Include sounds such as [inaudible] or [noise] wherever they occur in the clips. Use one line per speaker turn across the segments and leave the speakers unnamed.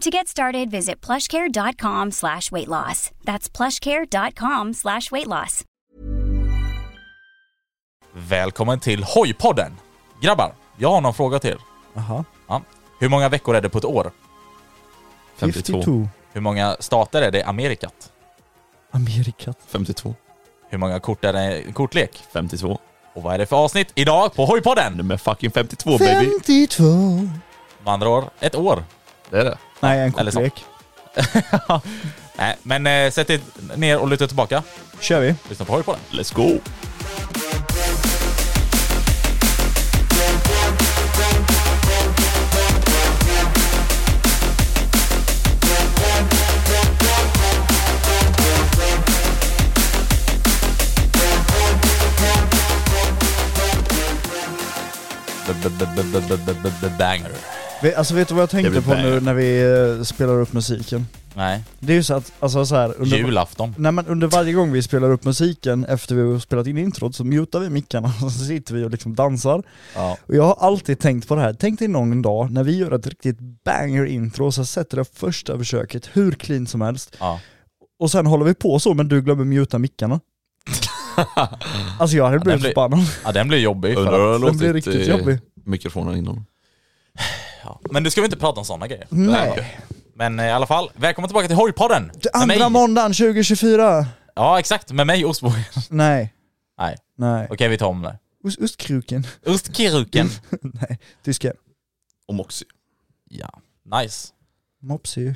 To get started, visit plushcare.com slash weight loss. That's plushcare.com slash weight loss.
Välkommen till Hojpodden! Grabbar, jag har någon fråga till er.
Jaha.
Ja. Hur många veckor är det på ett år?
52.
52.
Hur många stater är det i Amerikat?
Amerikat.
52.
Hur många kort är det i kortlek?
52.
Och vad är det för avsnitt idag på Hojpodden?
Nummer fucking 52 baby.
52.
Med andra ord, ett år.
Det är det.
Nej, en
Eller så.
kortlek.
Nej, men eh, sätt er ner och luta tillbaka.
Kör vi.
Lyssna på Hojpodden.
Let's go.
Banger.
Vi- Alltså vet du vad jag
Det
tänkte
blir
på nu
bang.
när vi eh, spelar upp musiken?
Nej,
Det är ju så att, alltså så här, under,
julafton.
Nej men under varje gång vi spelar upp musiken efter vi har spelat in introt så mutar vi mickarna [laughs] och så sitter vi och liksom dansar.
Ja.
Och jag har alltid tänkt på det här, tänk dig någon dag när vi gör ett riktigt banger intro så sätter det första försöket hur clean som helst
Ja.
och sen håller vi på så men du glömmer muta
[laughs]
mickarna. alltså jag hade blivit
blir-
förbannad.
ja, den blir jobbig.
Undrar
För
hur
att...
det
Den blir
låtit
riktigt
i
jobbig.
mikrofonen innan.
ja. Men nu ska vi inte prata om sådana grejer.
Nej.
Men eh, i alla fall, välkommen tillbaka till Hojpodden!
Det
Med
andra
mig.
måndagen 2024!
Ja, exakt. Med mig Ostbågen.
Nej.
[laughs] Nej.
Nej.
Okej, vi tar om det.
Ost- [laughs] Ostkruken.
Ostkruken.
Nej. Tyska.
Och Moxie.
[laughs] ja, nice.
Mopsy.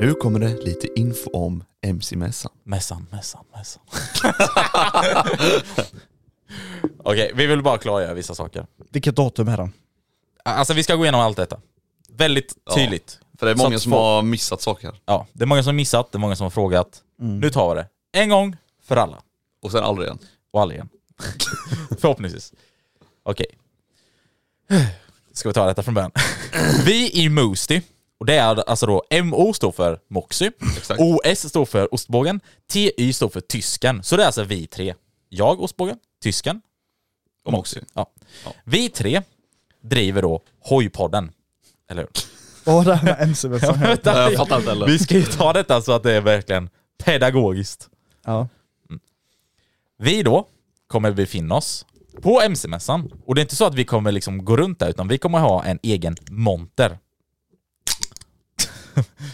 Nu kommer det lite info om MC-mässan.
Mässan, mässan, mässan. Okej, vi vill bara klargöra vissa saker.
Vilket datum är det?
Alltså vi ska gå igenom allt detta. Väldigt
Ja.
tydligt.
För det är
Så
många
att
som
folk-
har missat saker.
Ja, det är många som har missat, det är många som har frågat.
Mm.
Nu tar vi det. En gång för alla.
Och sen aldrig igen.
Och aldrig igen.
[laughs]
Förhoppningsvis. Okej. Ska vi ta detta
[laughs]
från början? vi i Moosty, och det är alltså då MO står för Moxy,
Exakt.
OS står för Ostbågen, TY står för Tysken. Så det är alltså vi tre. Jag, Ostbågen, Tysken.
Och Moxie.
Ja. Vi tre driver då Hojpodden. Eller hur?
Åh, det här med MC-mässan.
[laughs] Jag fattar inte heller.
Vi ska ju ta detta så att det är verkligen pedagogiskt.
[laughs] Ja.
Vi då kommer befinna oss på MC-mässan. Och det är inte så att vi kommer liksom gå runt där, utan vi kommer ha en egen monter. [laughs]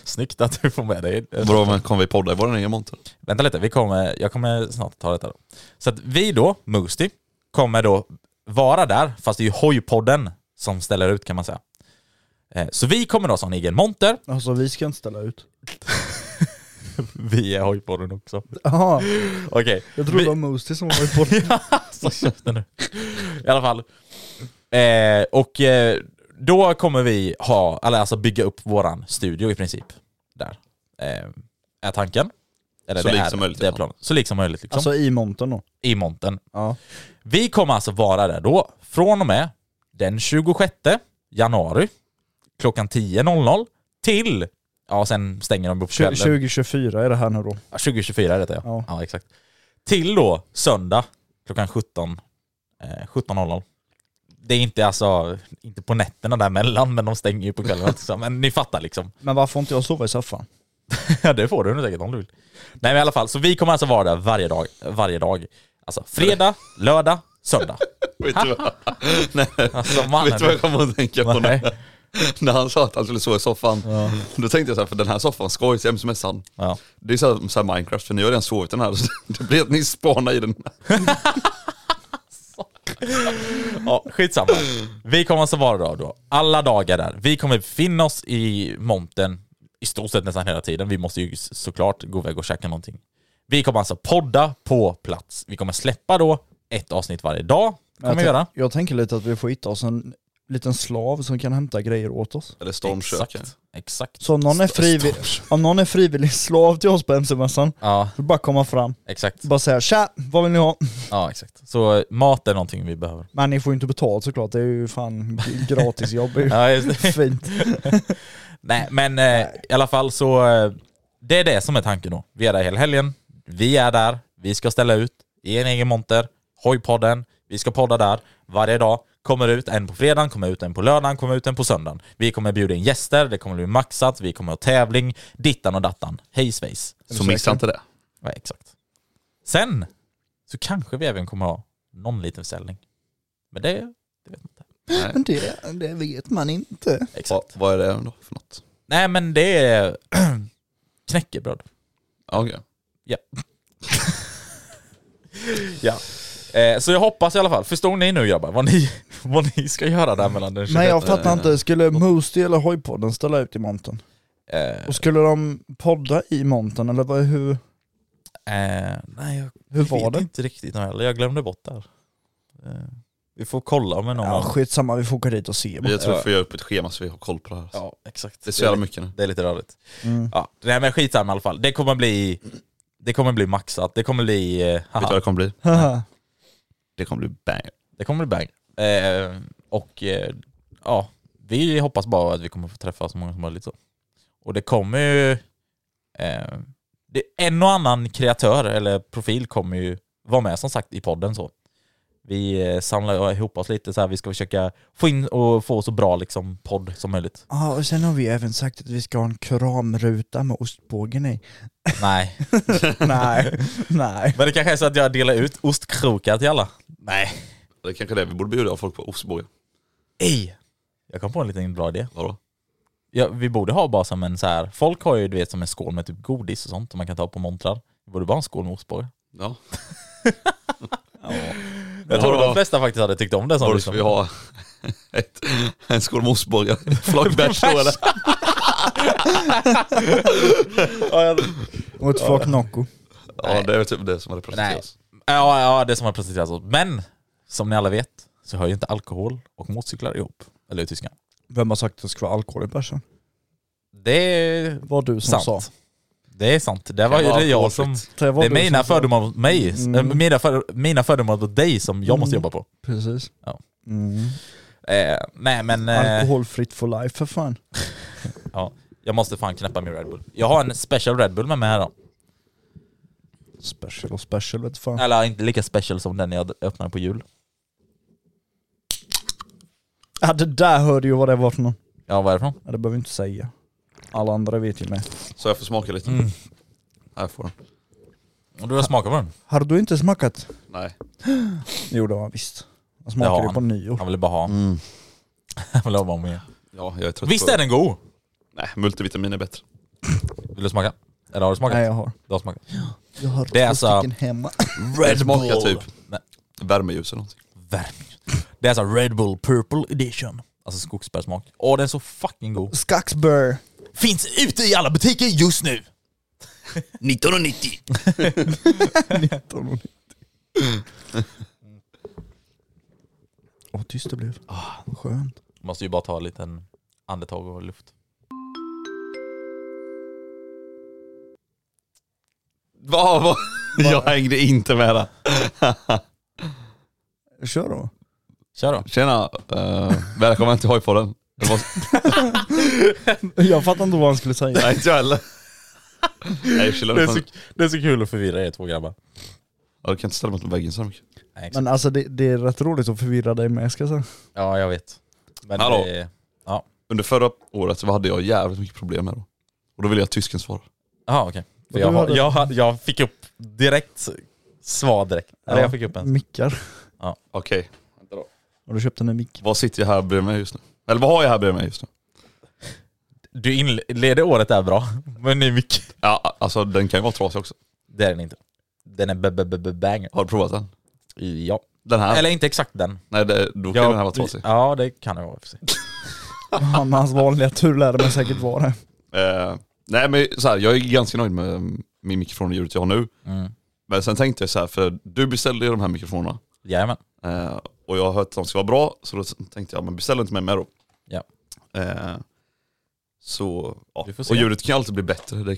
Snyggt att du får med dig.
Bra, men kommer vi podda i vår egen monter?
Vänta lite, vi kommer, jag kommer snart ta detta då. Så att vi då, Moosty, kommer då vara där, fast det är ju Hojpodden som ställer ut kan man säga. Eh, Så vi kommer då ha en egen monter.
Alltså vi ska inte ställa ut.
[laughs] Vi är Hojpodden också.
Jaha,
Okej.
jag trodde
vi-
det var Moostie som var [laughs] på
Ja, så käften nu. I alla fall. Eh, och eh, då kommer vi ha, eller alltså bygga upp våran studio i princip. Där. Eh, är tanken. Eller
Så
det
lik
är,
som möjligt,
Det är
ja.
planen. Så lik som möjligt liksom.
Alltså i montern då.
I montern.
Ja.
Vi kommer alltså vara där då från och med den 26 januari klockan 10.00 till Ja, sen stänger de på
Tju-
kvällen.
2024 är det här nu då.
Ja, 2024 är detta ja. ja.
Ja.
exakt. Till då söndag klockan 17. Eh, 17.00. Det är inte alltså, inte på nätterna däremellan men de stänger ju på [laughs] kvällen också. Men ni fattar liksom.
Men varför får inte jag sova i soffan?
[laughs] Ja det får du nog säkert om du vill. Nej men i alla fall, så vi kommer alltså vara där varje dag. Varje dag. Alltså fredag, lördag, söndag.
Vet du vad? Nej,
Alltså mannen.
vet du vad jag kommer att tänka på
[laughs] Nej.
när, när han sa att han skulle sova i soffan? Då tänkte jag så här, för den här soffan ska ju till hemsmässan.
Ja.
Det är så här, så här Minecraft, för ni har redan sovit i den här. [laughs] Så det blir att ni spanar i den.
Ja, skitsamma. Vi kommer alltså vara där då. Alla dagar där. Vi kommer befinna oss i montern i stort sett nästan hela tiden. Vi måste ju s- såklart gå iväg och käka någonting. Vi kommer alltså podda på plats. Vi kommer släppa då ett avsnitt varje dag. Kommer
jag,
vi göra.
jag tänker lite att vi får hitta oss en liten slav som kan hämta grejer åt oss.
Eller stormkök.
Exakt. Exakt.
Så om någon är, frivill, om någon är frivillig slav till oss på MC-mässan,
Ja,
så bara komma fram.
exakt.
Bara säga tja, vad vill ni ha?
Ja, exakt. Så eh, mat är någonting vi behöver.
Men ni får ju inte betalt såklart, det är ju fan g- gratisjobb. Det är ju
Ja, just det.
Fint.
Nej, men eh, i alla fall så eh, det är det som är tanken då. Vi är där hela helgen. Vi är där. Vi ska ställa ut i en egen monter. Hojpodden. Vi ska podda där varje dag. Kommer ut en på fredagen, kommer ut en på lördagen, kommer ut en på söndagen. Vi kommer bjuda in gäster, det kommer bli maxat, vi kommer ha tävling, dittan och dattan. Hej svejs.
Så missa inte det.
Ja, exakt. Sen så kanske vi även kommer ha någon liten försäljning. Men det, det vet man inte.
Men det, det vet man inte.
Vad,
Exakt.
vad är det då för något?
Nej men det är [clears throat] knäckebröd.
Ja, okej.
Ja. ja. Eh, så jag hoppas i alla fall. Förstår ni nu grabbar vad ni, [laughs] vad ni ska göra där mellan den 21?
Men jag fattar inte, skulle Moostie eller Hojpodden ställa ut i monten?
Eh,
Och skulle de podda i monten eller vad, hur,
eh, nej, jag
hur var
vet
det?
inte riktigt nu heller. Jag glömde bort det här. Eh, vi får kolla med någon.
Ja
annan.
skitsamma, vi får åka dit och se.
Jag tror vi får göra upp ett schema så vi har koll på det här.
ja exakt.
Det är så jävla mycket nu.
Det är lite rörigt.
Mm.
Ja, nej men skitsamma i alla fall. Det kommer bli, det kommer bli maxat. Det kommer bli, eh,
Vet du
haha.
vad det kommer bli?
Haha.
Det kommer bli bang.
Det kommer bli bang. Eh, och eh, ja, vi hoppas bara att vi kommer få träffa så många som möjligt. Så. Och det kommer ju... Eh, det, en och annan kreatör eller profil kommer ju vara med som sagt i podden. så. Vi eh, samlar ihop oss lite så här. Vi ska försöka få in och få så bra liksom, podd
[laughs]
som möjligt.
Ja, och sen har vi även sagt att vi ska ha en kramruta med ostbågen
[laughs]
i.
Nej,
nej, nej.
men det kanske är så att jag delar ut ostkrokar till alla. Nej.
Det är kanske det vi borde bjuda folk på. Ostbåge.
Ej. Jag kom på en liten bra idé.
Vadå?
Ja, vi borde ha bara som en så här. folk har ju du vet som en skål med typ godis och sånt som man kan ta på montrar. Vi borde bara ha en skål med ostbågar.
Ja.
Jag tror
Ja.
de flesta faktiskt hade tyckt om det som liksom-
Vadå, ska vi ha [laughs] ett, en skål med ostbågar? [laughs] Flakbärs då eller?
Och ett flak Nocco.
Ja, det är väl typ det som hade presenterats.
Ja, ja, det som har presenterats. oss. Men som ni alla vet så hör ju inte alkohol och motorcyklar ihop. Eller i tyskan.
Vem har sagt att det ska vara alkohol i bärsen?
Det är
Var du som
sant.
sa.
Det är sant. Det var ju
vara
det jag som...
alkoholfritt.
Det, var
Det är
du som
mina
sa.
fördomar mot mig.
Mm.
eh, Mina, för, mina fördomar mot dig som jag måste
Mm.
jobba på.
Precis.
Ja.
Mm.
Eh, nej men... eh,
Alkoholfritt for life för fan.
ja, jag måste fan knäppa min Red Bull. Jag har en special Red Bull med mig här då.
Special och special vet fan.
Eller inte lika special som den jag öppnade på jul.
Ja det där hörde ju vad det var för någon.
Ja, vad är det från?
Ja, det behöver vi inte säga. Alla andra vet ju med.
Så jag får smaka lite. Här får den.
Och du har smakat på den?
Har du inte smakat?
Nej.
Jo det har han visst. Han
Det
smakade
har
ju
han.
på nyår.
Han ville bara ha. [laughs] Han ville ha bara mer.
Ja, jag är trött
Visst
på
är den god?
Nej, multivitamin är bättre.
Vill du smaka? Eller har du smakat?
Nej jag har.
Du har smakat.
Jag har
Det är två alltså- stycken
hemma.
Den smakar typ
Nej,
värmeljus eller någonting.
värme. Det är alltså Red Bull Purple Edition. Alltså skogsbärssmak. Åh, den är så fucking
[laughs]
god.
Skaxburr.
Finns ute i alla butiker just nu!
1990!
Åh tyst det blev. Ah, Vad skönt.
Måste ju bara ta en liten andetag och luft.
Va, va? [laughs] Jag hängde inte med där.
Kör då.
Kör då.
Tjena, uh, eh, välkommen till Hojpodden. Det var,
[laughs] Jag fattar inte vad han skulle säga.
nej inte jag heller. [laughs] Nej chilla nu.
Det är, så, det är så kul att förvirra er två grabbar.
Ja, du kan inte ställa mig mot väggen så här mycket.
Nej,
[laughs]
exakt.
Men alltså det, det är rätt roligt att förvirra dig med ska jag säga.
ja, jag vet. Men
Hallå?
det-
Under förra året så hade jag jävligt mycket problem med det. Och då ville jag att tysken svarade.
Jaha okej. För
du
Jag, har-
hade-
jag, hade- jag fick upp direkt svar direkt. Eller jag fick upp en.
Mickar.
Okej.
Och du köpte en mick.
Vad sitter jag här bredvid mig just nu? Eller vad har jag här bredvid mig just nu?
Du inleder året där bra. [laughs] Men det är mycket.
Ja, alltså den kan ju vara trasig också.
Det är den inte. Den är b-b-b-banger.
Har du provat den?
Ja.
Den här?
Eller inte exakt den.
Nej, det, då kan
Ja,
den här vara trasig.
Ja det kan det vara. i och för sig.
Han med hans vanliga tur lärde mig säkert vara det.
Eh, nej men så här, jag är ganska nöjd med mm, min mikrofon och ljudet jag har nu.
Mm.
Men sen tänkte jag så här, för du beställde ju de här mikrofonerna.
Jajamän.
Eh, och jag har hört att de ska vara bra, så då tänkte jag, men beställ inte mig mer då.
Ja.
Eh, så, ja.
Vi får se.
Och ljudet kan ju alltid bli bättre. Det,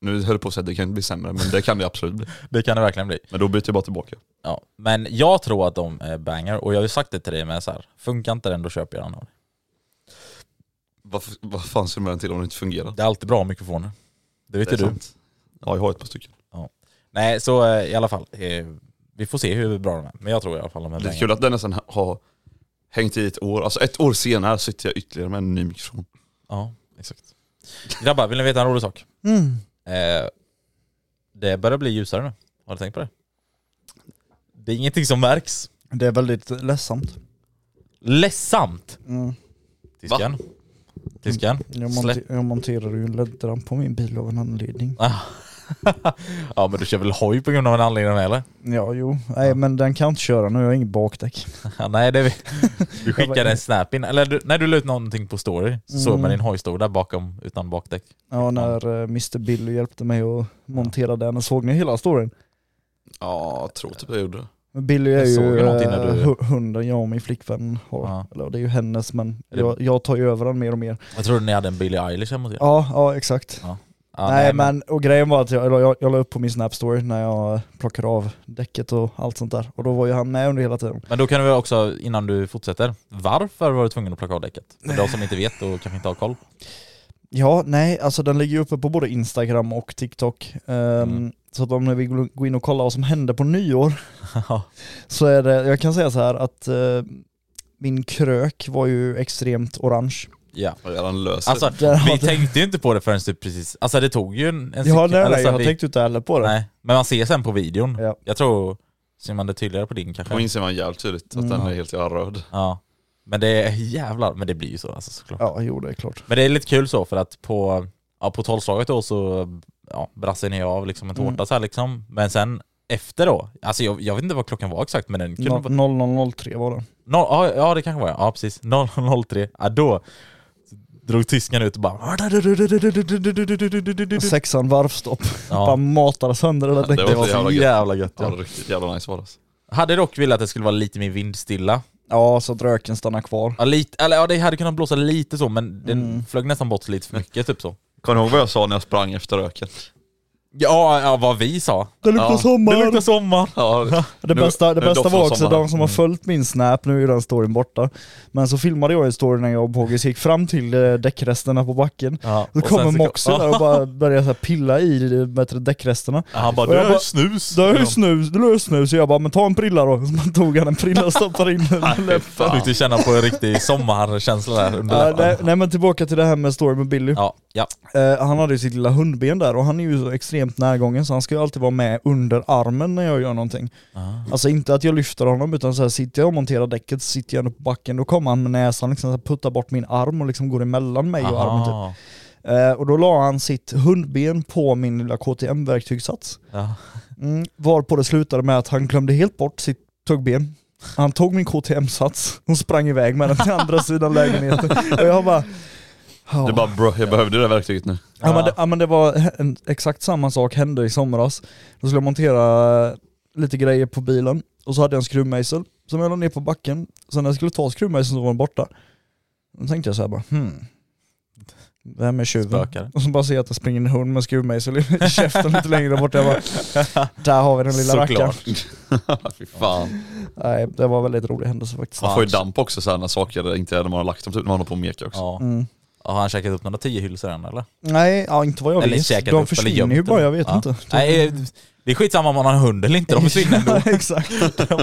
nu höll jag på att säga att det kan inte bli sämre, men det kan det absolut bli.
Det kan det verkligen bli.
Men då byter jag bara tillbaka.
Ja. Men jag tror att de är banger och jag har ju sagt det till dig med så här. Funkar inte den då köper jag den av dig.
Varför, vad fan ska du med den till om det inte fungerar?
Det är alltid bra mikrofoner. Det vet
Det
ju
är
du.
sant. Ja, jag har ett par stycken.
Nej så eh, i alla fall. eh, Vi får se hur bra de är. Men jag tror i alla fall de är
Lite
banger.
kul att den nästan har hängt i ett år. Alltså ett år senare sitter jag ytterligare med en ny mikrofon.
Ja exakt. Grabbar vill ni veta en rolig sak?
Mm.
Eh, det börjar bli ljusare nu. Har du tänkt på det? Det är ingenting som märks.
Det är väldigt ledsamt.
Ledsamt!
Mm.
Tysken. Tysken.
Jag,
Släpp.
monte- jag monterar ju en ledlamp på min bil av en anledning.
Ah. [laughs] Ja men du kör väl hoj på grund av en anledning eller? [laughs]
Ja, jo. Nej, men den kan inte köra nu. Jag har inget bakdäck.
Ja, nej det Du skickade en snap in, eller du, när du la ut någonting på story så såg
Mm.
man din hoj stå där bakom utan bakdäck.
Ja, när eh, Mr. Billy hjälpte mig att montera den. Såg ni hela storyn?
Ja, jag tror typ jag gjorde det.
Men Billy är
Jag såg
ju
ju någonting när
eh,
du-
hu- hunden jag och min flickvän har.
Ja.
Eller det är ju hennes men
Är det-
jag, jag tar ju över den mer och mer.
Jag trodde ni hade en Billie Eilish hemma hos er.
Ja, ja exakt.
Ja,
nej men, och grejen var att jag, eller jag, jag la upp på min snapstory när jag plockade av däcket och allt sånt där. Och då var ju han med under hela tiden.
Men då kan du väl också, innan du fortsätter, varför var du tvungen att plocka av däcket? För de som inte vet och kanske inte har koll. [laughs]
Ja, nej, alltså den ligger ju uppe på både Instagram och TikTok. Ehm,
Mm.
Så att om ni vill gå in och kolla vad som hände på nyår så är det, jag kan säga så här att eh, min krök var ju extremt orange.
ja.
Jag hade en lös.
Alltså
Där har
vi
du-
tänkte ju inte på det förrän typ precis, alltså det tog ju en, en
Ja,
sekund.
nej,
Eller
nej,
så
jag
att vi-
tänkte inte heller på det.
Nej, men man ser sen på videon.
Ja.
Jag tror, ser man det tydligare på din kanske?
Då inser man jävligt tydligt att den är helt jävla röd.
Ja. Men det är jävlar, men det blir ju så alltså, såklart.
Ja, jo det är klart.
Men det är lite kul så för att på, ja, på tolvslaget då så ja, brassade ni av liksom en tårta
Mm.
så här liksom. Men sen efter då, alltså jag, jag vet inte vad klockan var exakt men den kunde
No-
vara...
0003 var det.
Noll, ja, ja det kanske var jag. ja precis, 00.03, ja då drog tysken ut och bara...
Sexan varvstopp. Bara
Ja,
matade sönder hela däcket.
det var så jävla gött
Ja,
ja.
riktigt jävla nice var det. alltså.
Hade dock velat att det skulle vara lite mer vindstilla.
Ja, så att röken stannar kvar.
Ja, lite, eller ja, det hade kunnat blåsa lite så men den
Mm.
flög nästan bort lite för mycket typ så.
Kommer ni ihåg vad jag sa när jag sprang efter röken?
Ja, ja vad vi sa.
Det luktar
Ja.
sommar!
Det
Det,
luktar sommar!
Ja, nu-
bästa, det
nu
bästa
doftar
var också
sommaren.
de
Mm.
som har följt min snap, nu är ju den storyn borta. Men så filmade jag en story när jag och Boggis gick fram till eh, däckresterna på backen.
Ja,
Då
och
kommer
sen så-
Moxie där och bara börjar så här pilla i eh, vad heter det, däckresterna.
Ja, Han bara
Och jag bara,
snus.
Det är ju snus, det är ju snus. Så jag bara, men ta en prilla då. [laughs] Så man tog han en prilla och stoppade in den. i läppen.
Jag fick du känna på en riktig sommarkänsla där under
Ja, nej,
läppen.
nej men tillbaka till det här med storyn med Billy.
Ja, ja.
Eh, han hade ju sitt lilla hundben där och han är ju så extremt närgången så han ska ju alltid vara med under armen när jag gör någonting.
Ah.
Alltså inte att jag lyfter honom utan så här sitter jag och monterar däcket, så sitter jag ändå på backen, då kommer han med näsan liksom så här puttar bort min arm och liksom går emellan mig och armen typ.
Aha.
Eh, och då la han sitt hundben på min lilla KTM-verktygssats.
Ja.
Mm, varpå det slutade med att han glömde helt bort sitt tuggben. Han tog min KTM-sats och sprang iväg med den till andra sidan lägenheten. Och jag bara... "Ja."
Du bara bro, jag behövde det där verktyget nu.
Ja, men det, ja men det var en, exakt samma sak hände i somras. Då skulle jag montera eh, lite grejer på bilen och så hade jag en skruvmejsel som jag la ner på backen. Sen när jag skulle ta skruvmejseln så var den borta. Då tänkte jag så här bara hmm. Vem är tjuven?
Spökar.
Och så bara ser jag att det springer en hund med skruvmejsel i käften lite längre bort. Jag bara,
[laughs]
där har vi den lilla rackaren. Mm.
Såklart.
Fy fan.
Nej, det var en väldigt rolig händelse faktiskt.
Man får ju damp också så här när saker inte är när man har lagt dem, typ när man håller på och mekar också.
Ja.
Mm.
Har han käkat upp några tio hylsor än eller?
Nej, ja, inte vad jag
eller
vet.
käkat
De
upp eller
försvinner
gömt
ju bara,
dem?
jag vet
Ja.
inte. De-
Nej, eh, det är skitsamma om man har en hund eller inte, de försvinner
[laughs]
ändå.
Ja, Exakt.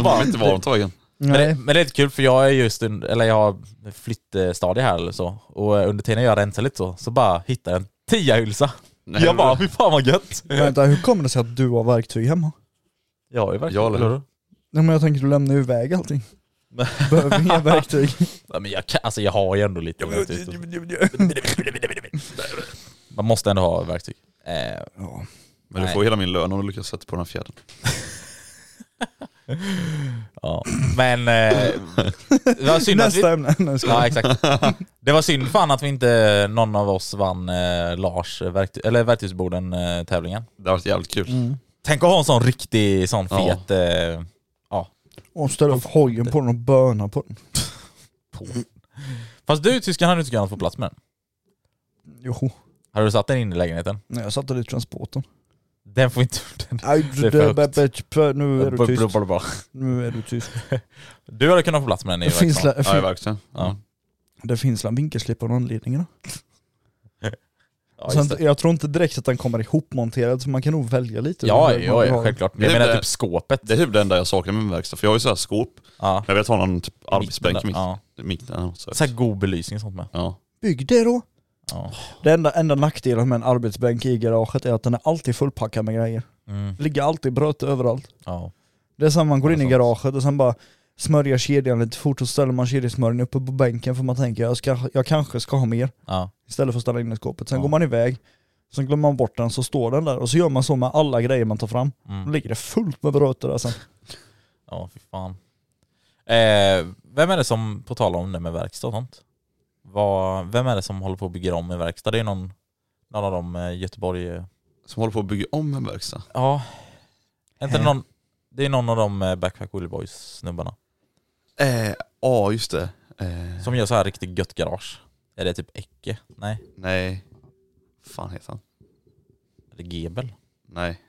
Man vet inte var de tar vägen.
Men det,
Nej.
men det är lite kul för jag är just, en, eller jag har flyttstadie här eller så. Och eh, under tiden jag rensar lite så, så bara hittar jag en tiahylsa.
Nej,
Jag bara, fy fan vad gött!
Vänta, hur kommer det sig att du har verktyg hemma?
Jag har ju verkligen,
Ja, eller hur?
hur?
Nej men jag tänker du lämnar ju iväg allting.
[laughs]
Behöver inga verktyg.
Ja, men jag, kan, alltså jag har ju ändå lite verktyg. Man måste ändå ha verktyg. Eh,
Ja.
Men du
Nej.
får hela min lön om du lyckas sätta på den här fjädern.
[laughs] ja. Men eh, det var synd att vi,
Nästa ämne. Nej, jag skojar.
Ja exakt. Det var synd fan att vi inte, någon av oss vann eh, Lars verkty- eller verktygsborden eh, tävlingen.
Det har varit jävligt
Mm.
kul.
Tänk att ha en sån riktig sån
Ja.
fet eh,
Och ställa upp hojen på den och böna på den.
på. Fast du tyskan hade inte kunnat få plats med den.
Jo,
Hade du satt den in i lägenheten?
när jag satte dit transporten.
Den får inte... [laughs] Den,
Aj,
Det är för högt.
Nu är du tyst.
Blablabla.
Nu är du tyst.
Du hade kunnat få plats med den i
Det finns,
verkstaden.
la,
Ja,
fin,
verkligen.
Ja.
det finns la vinkelslip av anledningarna.
Ja, just
Sen,
det.
jag tror inte direkt att den kommer ihopmonterad så man kan nog välja lite.
Ja,
hur man
ja,
vill ha
ja,
den.
självklart.
Det
Jag
är
menar
det-
typ skåpet.
Det är typ det enda jag saknar med min verkstad, för jag har ju så här skåp.
Ja.
Jag vill ha någon typ arbetsbänk mitt,
Ja.
mitt ja, så.
Så här god belysning och sånt med.
Ja.
Bygg det då.
Ja.
Det enda, enda nackdelen med en arbetsbänk i garaget är att den är alltid fullpackad med grejer.
Mm.
Det ligger alltid bröt överallt.
Ja.
Det är samma, man går in i
Ja, sant.
garaget och sen bara smörjer kedjan lite fort och ställer man kedjesmörjningen uppe på bänken för man tänker jag, ska, jag kanske ska ha mer
Ja.
istället för att ställa in i skåpet. Sen
Ja.
går man iväg, sen glömmer man bort den så står den där och så gör man så med alla grejer man tar fram. Då
Mm.
ligger det fullt med bröter där sen.
Ja, fy fan. Eh, vem är det som, på tal om det med verkstad och sånt, vad, vem är det som håller på att bygga om en verkstad? Det är någon, någon av dem eh, Göteborg... eh,
Som håller på att bygga om en verkstad.
Ja. Är Inte
Eh.
någon, det är någon av de eh, Backpack Willy Boys snubbarna.
Eh, ja, just det. Eh,
Som gör så här riktigt gött garage. Är det typ Ecke? Nej.
nej. fan heter han?
Är det Gebel?
Nej.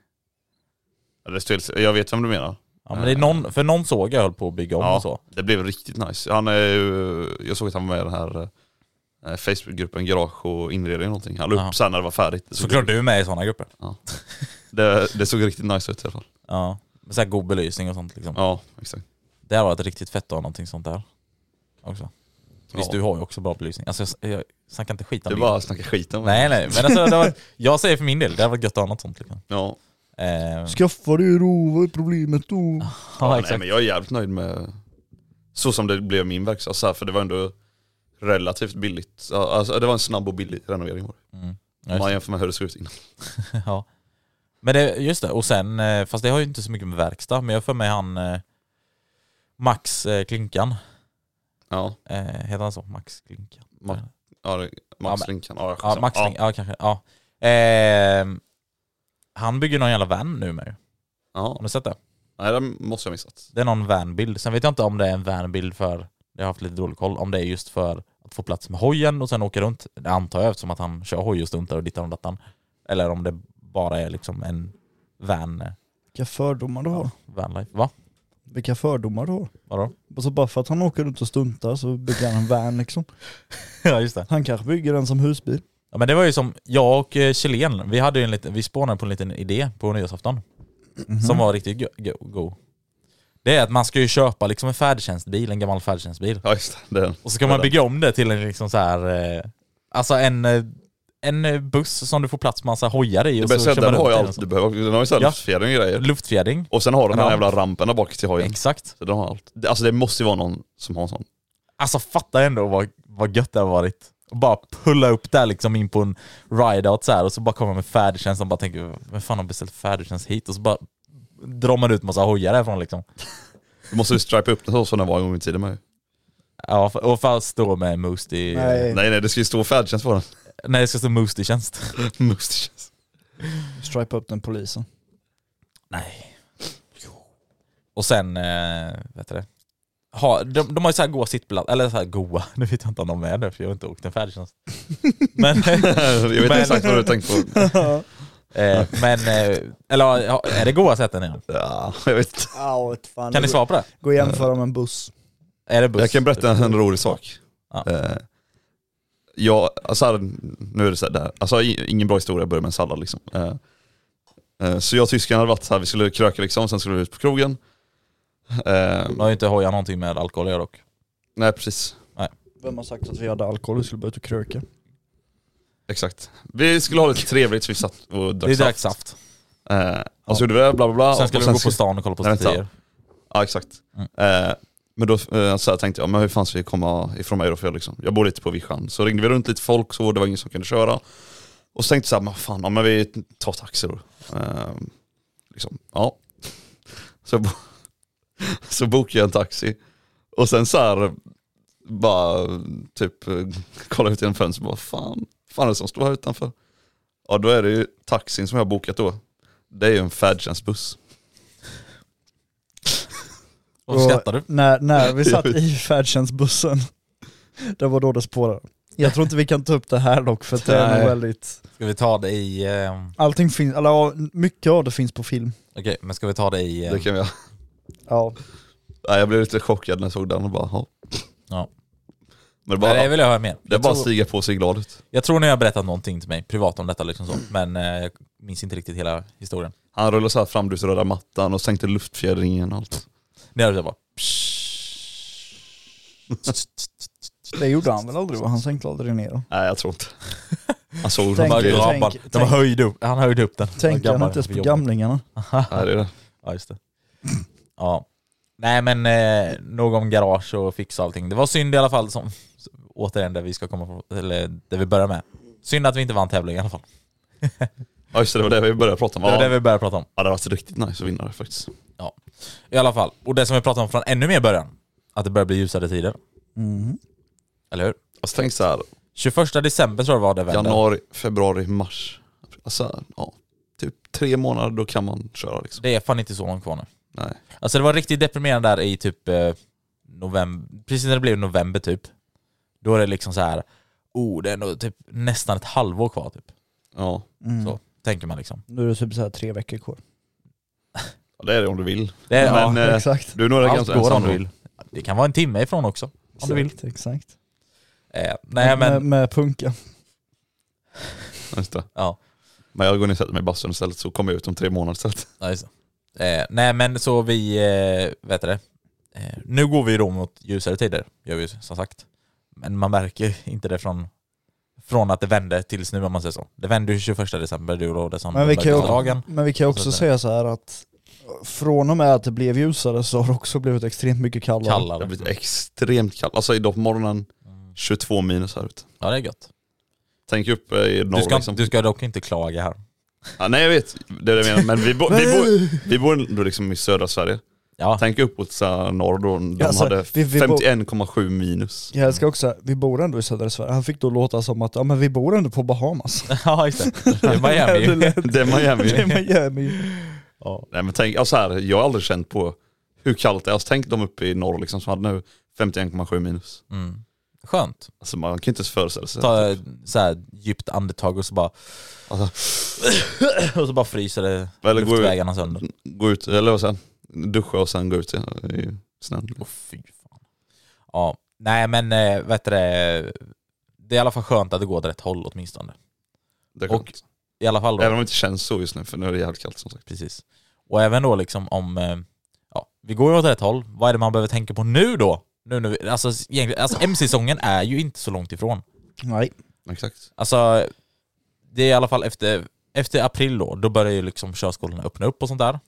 Ja, Det står, jag vet vem du menar.
Ja men det är någon, för någon såg jag höll på att bygga om
Eh. Ja.
och så.
Det blev riktigt nice. Han är ju, jag såg att han var med i den här eh, Facebookgruppen Garage och inredning och någonting. Han la
Ja.
upp sen när det var färdigt. Det såg,
Såklart du är med i sådana grupper.
det, det såg riktigt nice ut i alla fall.
Ja. Med så här god belysning och sånt liksom.
Ja, exakt.
Det hade varit riktigt fett att ha någonting sånt där. Också. Visst
Ja.
du har ju också bra belysning. Alltså jag, jag snackar inte skit om
Det är
det.
bara att snacka skit om
Nej nej, men alltså, det var, jag säger för min del, det hade varit gött att ha något sånt liksom.
Ja.
Eh,
Skaffa det då, vad är problemet då?
ja,
Ja, nej,
exakt.
men jag är jävligt nöjd med så som det blev min verkstad. Så här, för det var ändå relativt billigt. Ja, Alltså, det var en snabb och billig renovering. var det.
Mm. Ja,
Om
just
man jämför med hur det såg ut innan.
[laughs] Ja. Men det, just det, och sen, eh, fast det har ju inte så mycket med verkstad, men jag har för mig han eh, Max eh, Klinkan.
Ja,
Eh, heter han så? Max Klinkan?
Ma- ja det,
Ja,
Max
men-
Linkan. Ja,
Ja,
skitsamma.
Max Klinkan, ja. kanske. Ja. Eh, han bygger någon jävla van nu med ju.
Ja.
Har ni sett det?
Nej, det måste jag ha missat.
Det är någon vanbild. Sen vet jag inte om det är en vanbild för, jag har haft lite dålig koll, om det är just för att få plats med hojen och sen åka runt. Det antar jag eftersom att han kör hoj och stuntar och dittan och dattan. Eller om det bara är liksom en van, eh,
Vilka fördomar du har.
vanlife. Va?
Vilka fördomar du har.
Vadå? [laughs]
Och så bara för att han åker runt och stuntar så bygger han en van liksom.
ja just det.
Han kanske bygger den som husbil.
Ja men det var ju som, jag och eh, Chilen, vi hade ju en liten, vi spånade på en liten idé på nyårsafton. Som var riktigt go- go- god. Det är att man ska ju köpa liksom en färdtjänstbil, en gammal färdtjänstbil.
Ja just det, den.
Och så kan man bygga om det till en liksom så här, eh, alltså en, eh, en eh, buss som du får plats massa hojar i.
Det
och
bästa är
så
att
kör
den
man
har ju
runt i
allt du behöver. Den har ju sån
Ja.
här fjädring och
och så.
grejer.
Luftfjädring.
Och sen har den den här
Ramp.
jävla rampen där bak till hojen.
Exakt.
Så den har allt. Det- Alltså det måste ju vara någon som har en sån.
Alltså fatta ändå vad, vad gött det har varit. Och bara pulla upp där liksom in på en ride-out så här och så bara kommer med färdtjänst och bara tänker vem fan har beställt färdtjänst hit? Och så bara drar man ut massa hojar härifrån liksom.
Du måste ju stripa upp den så som den var en gång i tiden med.
Ja, för- och fast stå med Moost i...
Nej,
Nej nej, det ska ju stå färdtjänst på den. [laughs]
Nej, det ska stå Moost
[laughs]
i tjänst.
Musttjänst.
stripa upp den
[laughs]
polisen.
Nej. Och sen, eh, vet du det? har, de, de har ju så här goa sittplatser, eller så här goa, [laughs] nu vet jag inte om de är det för jag har inte åkt
[laughs]
en färdtjänst. Men, [laughs]
Jag vet inte exakt vad du har tänkt på.
eh, men eh, eller ja, är det goa sätten igen?
Ja, jag vet inte.
Ah, vet fan.
Kan
Det
ni svara på det?
Gå och jämföra med en buss.
Är det buss?
Jag kan berätta en rolig sak.
Ja.
Eh, jag, alltså här, nu är det så här, det här. Alltså, i- ingen bra historia börjar med en sallad liksom. Eh, eh, så jag och tyskarna hade varit så här, vi skulle kröka liksom, sen skulle vi ut på krogen. Eh,
Jag har ju inte hojar någonting med alkohol att göra dock.
nej precis,
Vem har sagt att vi hade alkohol och skulle börja ut och kröka?
exakt. Vi skulle ha lite trevligt så vi satt och
Det är
drack
direkt
saft.
saft.
Eh, och så gjorde vi det, bla bla bla.
Sen
och
skulle vi gå på
skulle-
stan Mm. och kolla på
Nej, vänta.
statyer.
Ja exakt. Eh, men då eh, så här tänkte jag, men hur fan ska jag komma ifrån mig då? För jag, liksom, jag bor lite på vischan. Så ringde vi runt lite folk så, det var ingen som kunde köra. Och så tänkte jag så här, men fan, ja, men vi tar taxi då. Eh, liksom, ja. Så, jag bo- [laughs] så bokade jag en taxi. Och sen så här, bara typ eh, kollade ut genom fönstret och bara, fan, fan är det som står här utanför? Ja då är det ju taxin som jag har bokat då. Det är ju en färdtjänstbuss.
Och skrattar du?
När, när vi
[laughs]
satt i färdtjänstbussen, det var då det spårade. Jag tror inte vi kan ta upp det här dock för att det är
Nej.
nog väldigt...
Ska vi ta det i... Eh,
Allting finns, eller ja, mycket av det finns på film.
Okej, men ska vi ta det i... Eh,
Det kan jag
Ja.
Nej, jag blev lite chockad när jag såg den och bara, ja.
Ja.
Men det bara,
nej, det vill jag höra mer.
det är bara att
tror-
stiga på sig glad ut.
Jag tror ni har berättat någonting till mig privat om detta liksom
Mm.
så, men eh, jag minns inte riktigt hela historien.
Han rullade så här framdusröda mattan och sänkte luftfjädringen och allt.
Det är det bara...
Det gjorde han väl aldrig? va? Han sänkte aldrig ner den.
Nej jag tror inte. Han såg hur
Tänk-
man
Bara
blev.
tänk-
grabbar. De
tänk-
höjde upp, han höjde upp den.
Tänker han
Grabbar,
inte ens på [laughs]
jobbigt.
gamlingarna?
Nej, det är det.
Ja just det. Ja. Nej men eh, nog om garage och fixa allting. Det var synd i alla fall som, återigen där vi ska komma på, eller det vi börjar med. Synd att vi inte vann tävlingen i alla fall.
Ja just det, det var det vi började prata om.
Det var det
Ja,
vi började prata om.
det hade varit riktigt nice att vinna det faktiskt.
I alla fall. Och det som vi pratade om från ännu mer början. Att det börjar bli ljusare tider.
Mhm.
Eller hur?
Alltså tänk så här,
21 december tror jag var det vände.
januari, februari, mars. Alltså ja, typ tre månader då kan man köra liksom.
Det är fan inte så långt kvar nu.
Nej.
Alltså det var riktigt deprimerande där i typ eh, november, precis när det blev november typ. Då är det liksom så här, oh det är nog typ nästan ett halvår kvar typ.
Ja,
Mm.
Så tänker man liksom.
Nu är det typ så här tre veckor kvar.
Ja, det är det om du vill.
Det är,
Men,
ja,
eh,
exakt.
Du är nog
allt
ganska
går om
ensam
du
då.
vill. Det kan vara en timme ifrån också. Om du vill.
Exakt, Exakt.
Eh, nej
Med,
men,
med punka.
Just det.
ja.
Men jag går in och sätter mig i bastun istället så kommer jag ut om tre månader istället.
ja, just det. Eh, nej men så vi, eh, vet du det? Eh, nu går vi ju då mot ljusare tider, gör vi ju som sagt. Men man märker inte det från, från att det vände tills nu om man säger så. Det vände ju 21 december, det gjorde det som
Men vi, kan ju,
dagen.
men vi kan ju också
Så-
säga så här att från och med att det blev ljusare så har det också blivit extremt mycket kallare.
Det har
Kallare.
blivit extremt kallt. Alltså idag på morgonen 22 minus här ute.
Mm. Ja det är gött.
Tänk upp eh, i norr
Du ska,
liksom.
du ska dock inte klaga här.
Ja, nej jag vet, det är det jag menar. Men vi, bo, vi, bo, vi bor ändå liksom i södra Sverige.
Ja,
Tänk uppåt så här norr då, de
Alltså,
hade
vi- vi bo-
51,7 minus.
Jag älskar också, vi bor ändå i södra Sverige. Han fick då låta som att, ja men vi bor ändå på
[laughs]
Bahamas.
[laughs] ja just det. Det
[laughs]
är
Det
Miami.
lät-
Det är
det är
Miami.
Miami.
nej men tänk, alltså här, jag har aldrig känt på hur kallt det är. Alltså, tänk de uppe i norr liksom som hade nu 51,7 minus.
Mm. Skönt.
Alltså man kan inte ens föreställa sig.
Ta så här djupt andetag och så bara... Alltså. [laughs] Och så bara fryser det
Eller gå ut.
luftvägarna sönder.
Gå ut, eller vad sen, duscha och sen gå ut i, i snön. liksom.
Åh fy fan. Ja, nej men eh, vet du det, det är i alla fall skönt att det går åt rätt håll åtminstone.
Det är
Och-
skönt.
I alla fall då.
Även om det inte känns så just nu för nu är det jävligt kallt som sagt.
Precis. Och även då liksom om, eh, ja, vi går ju åt rätt håll. Vad är det man behöver tänka på nu då? Nu, nu, alltså egentligen- alltså M-säsongen är ju inte så långt ifrån.
Nej.
Exakt.
Alltså, det är i alla fall efter, efter april då, då börjar ju liksom körskolorna öppna upp och sånt där.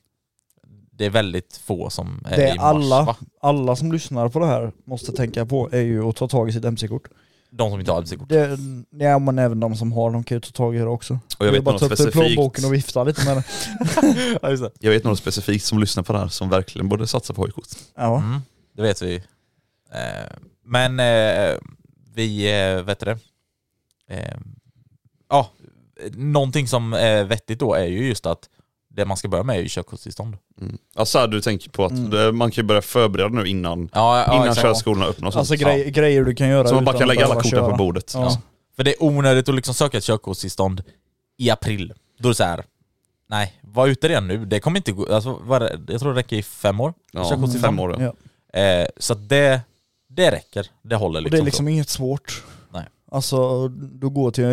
Det är väldigt få som är,
Det
i
är
mars,
alla,
va?
alla som lyssnar på det här måste tänka på är ju att ta tag i sitt MC-kort.
De som inte har MC-kort.
Det, ja men även de som har, de kan ju ta tag i det också.
Och jag
Det är
vet
bara
något
att ta upp det i plånboken
specifikt. Mm.
och vifta lite
[laughs]
med det.
Jag vet någon specifikt som lyssnar på det här som verkligen borde satsa på hojkort.
Ja.
Mm, det vet vi. Eh, men eh, vi, eh, vet du det? Eh, Ja, någonting som är vettigt då är ju just att Det man ska börja med är ju körkortstillstånd.
Mm. Alltså här, du tänker på att
Mm.
det, man kan ju börja förbereda nu innan,
Ja,
innan körskolorna öppnas.
Alltså
så
grej, grejer du kan göra
man bara
utan
kan lägga alla
behöva
korten på
köra.
bordet.
Ja.
Alltså.
För det är onödigt att liksom söka ett körkortstillstånd i april. Då är det så här. nej, var ute redan nu. Det kommer inte gå, alltså, vad är det? jag tror det räcker i fem år.
Ja,
Körkortstillstånd.
fem år. ja.
Ja.
Eh, så att det, det räcker. Det håller
Och
liksom.
det är liksom inget svårt.
Nej.
Alltså, du går till eh,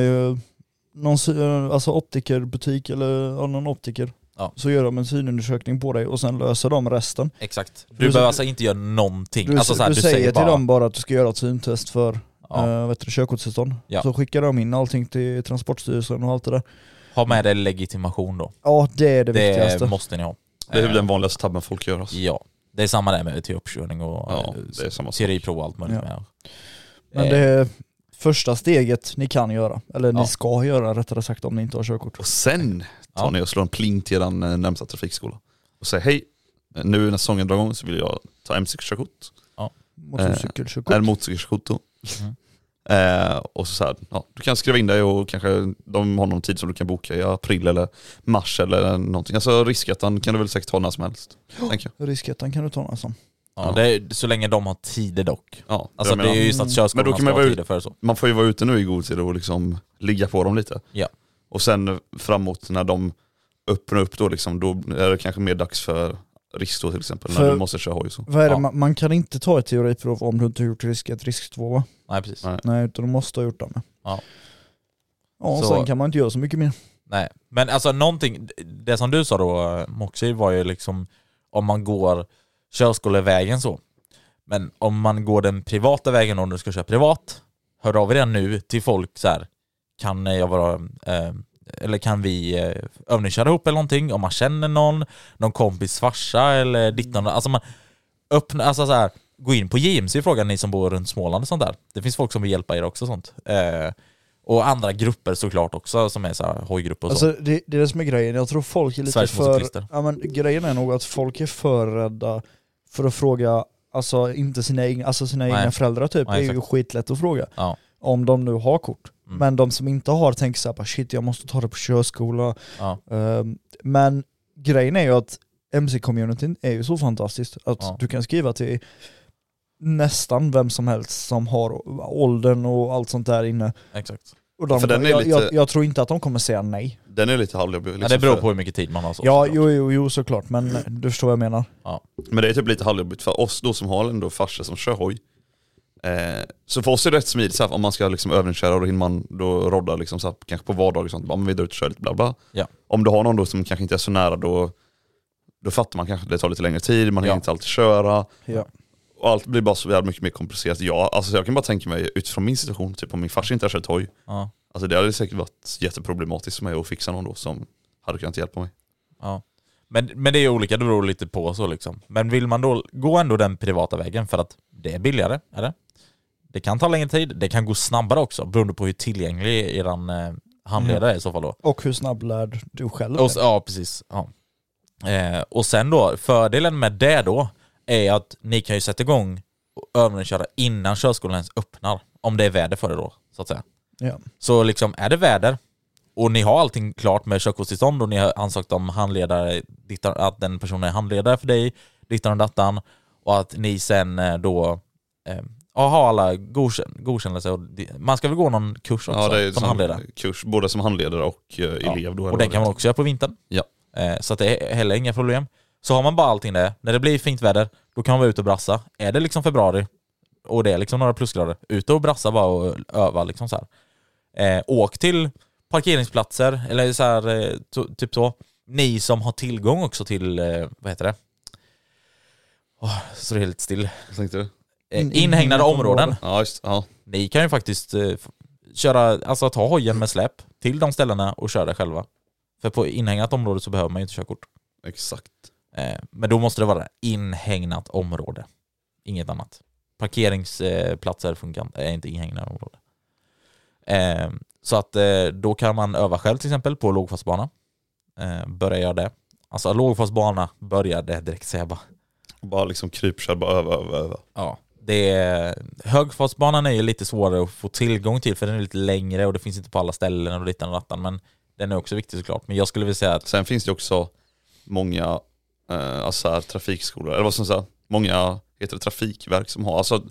någon sy- eh, alltså optikerbutik eller ja, någon optiker.
Ja.
Så gör de en synundersökning på dig och sen löser de resten.
Exakt. Du,
Du-
behöver alltså inte göra någonting.
Du,
alltså, så här,
du,
du,
säger,
säger
till
bara,
dem bara att du ska göra ett syntest för
Ja.
eh, vet du, körkortstillstånd.
Ja.
Så skickar de in allting till Transportstyrelsen och allt det där.
ha med dig legitimation då.
Ja det är det,
Det,
viktigaste.
måste ni ha.
Det är väl
Eh,
den vanligaste tabben folk gör. Alltså.
Ja. Det är samma där med teorikuppkörning och
Ja,
eh,
det är samma sak.
teoriprov och allt möjligt
Ja.
med.
Men
Eh,
det är första steget ni kan göra. Eller
Ja.
ni ska göra rättare sagt om ni inte har körkort.
Och sen tar
Ja.
ni och slår en pling till den eh, närmsta trafikskola och säger hej, nu när säsongen drar igång så vill jag ta mc-körkort.
Motorcykelkörkort.
Eller motorcykelkort då.
Mm.
Eh, och så, så här, ja, du kan skriva in dig och kanske de har någon tid som du kan boka i april eller mars eller någonting. Alltså riskettan kan du väl säkert ha när som helst. Tänker jag.
Riskettan kan du ta nästan.
ja, det är, så länge de har tider dock.
Ja,
Alltså
jag
det är
menar,
ju
mm.
just att
Men då
körskolan
kan
ska
man
ha
vara
tider för så.
Man får ju vara ute nu i god tid och liksom ligga på dem lite.
Ja.
Och sen framåt när de öppnar upp då liksom, då är det kanske mer dags för risk då till exempel. när
För-
du måste köra hoj och så.
Vad är det?
Ja.
Man, man kan inte ta ett teoriprov om du inte har gjort risk 1, risk 2 va?
Nej precis.
Nej.
Nej utan du måste ha gjort det med.
Ja.
Ja
Så-
sen kan man inte göra så mycket mer.
Nej. Men alltså någonting, det som du sa då Moxie var ju liksom om man går körskolevägen så. Men om man går den privata vägen om du ska köra privat, hör av er redan nu till folk så här. kan jag vara, eh, eller kan vi eh, övningsköra ihop eller någonting? Om man känner någon, någon kompis farsa eller ditt
Mm.
någon, alltså man öppna, alltså så här, gå in på JMC fråga ni som bor runt Småland och sånt där. Det finns folk som vill hjälpa er också och sånt. Eh, och andra grupper såklart också som är så här hojgrupper och så.
Alltså det, det är det som är grejen, jag tror folk är lite
Sveriges
för...
motorcyklister.
Ja, men grejen är nog att folk är för rädda för att fråga, alltså inte sina egna, alltså sina
Nej.
egna föräldrar typ.
Nej,
det är ju
exakt.
skitlätt att fråga.
Ja.
Om de nu har kort.
Mm.
Men de som inte har tänker såhär, shit jag måste ta det på körskola.
Ja.
Ehm, men grejen är ju att MC-communityn är ju så fantastiskt att
Ja.
du kan skriva till nästan vem som helst som har åldern och allt sånt där inne.
Exakt.
Och de,
För den är
jag,
lite-
jag, jag tror inte att de kommer säga nej.
Den är lite halvjobbig.
ja,
liksom,
det beror
för-
på hur mycket tid man har så.
Ja,
såklart.
jo, jo, jo såklart, men du förstår vad jag menar.
Men det är typ lite halvjobbigt för oss då som har ändå farsor som kör hoj. Eh, så för oss är det rätt smidigt så här, om man ska liksom övningsköra och då hinner man då rodda liksom så här, kanske på vardagar och sånt. Bara, men vi drar ut och kör lite bla bla.
Ja.
Om du har någon då som kanske inte är så nära då, då fattar man kanske att det tar lite längre tid, man hinner
Ja.
inte alltid köra.
Ja.
Och allt blir bara så jävla mycket mer komplicerat. Ja, alltså jag kan bara tänka mig utifrån min situation, typ om min farsa inte hade kört hoj.
Ja,
Alltså det hade säkert varit jätteproblematiskt för mig att fixa någon då som hade kunnat hjälpa mig.
ja. Men, men det är olika, det beror lite på så liksom. Men vill man då gå ändå den privata vägen för att det är billigare, är det? Det kan ta längre tid, det kan gå snabbare också beroende på hur tillgänglig eran eh, handledare är i så fall då.
Och hur snabblärd du själv är.
Och, s- ja, precis. Ja. Eh, och sen då, fördelen med det då är att ni kan ju sätta igång och övningsköra innan körskolan ens öppnar. Om det är väder för det då, så att säga.
Ja.
Så liksom, är det väder och ni har allting klart med körkortstillstånd och ni har ansökt om handledare, dittan- att den personen är handledare för dig, dittan och dattan, och att ni sen eh, då eh, har alla godkän- godkännelse. Och di- man ska väl gå någon kurs också
Ja, det är
som handledare?
kurs, både som handledare och eh,
Ja.
elev. Då, eller
och
vad det
den kan man också göra på vintern.
Ja.
Eh, så att det är heller inga problem. Så har man bara allting där, när det blir fint väder, då kan man vara ute och brassa. Är det liksom februari och det är liksom några plusgrader, ute och brassa bara och öva liksom så här. Eh, åk till parkeringsplatser eller så här, eh, to- typ så. Ni som har tillgång också till, eh, vad heter det? Åh, så det är helt still.
Tänkte du?
In-
Eh, inhägnade områden.
Ja, just ja.
Ni kan ju faktiskt eh, f- köra, alltså ta hojen med släp till de ställena och köra själva. För på inhägnat område så behöver man ju inte körkort.
Exakt.
Eh, Men då måste det vara inhägnat område. Inget annat. Parkeringsplatser funkar inte, är inte inhägnat område. Eh, Så att eh, då kan man öva själv till exempel på lågfartsbana. Eh, Börja göra det. Alltså lågfartsbana börjar det direkt säga bara.
Bara liksom krypkör, bara öva, öva, öva.
Ja, det är, högfartsbanan är ju lite svårare att få tillgång till för den är lite längre och det finns inte på alla ställen och dittan och dattan men den är också viktig såklart. Men jag skulle vilja säga att
Sen finns det också många eh, alltså så här, trafikskolor, eller vad som säger, många heter det, trafikverk som har, alltså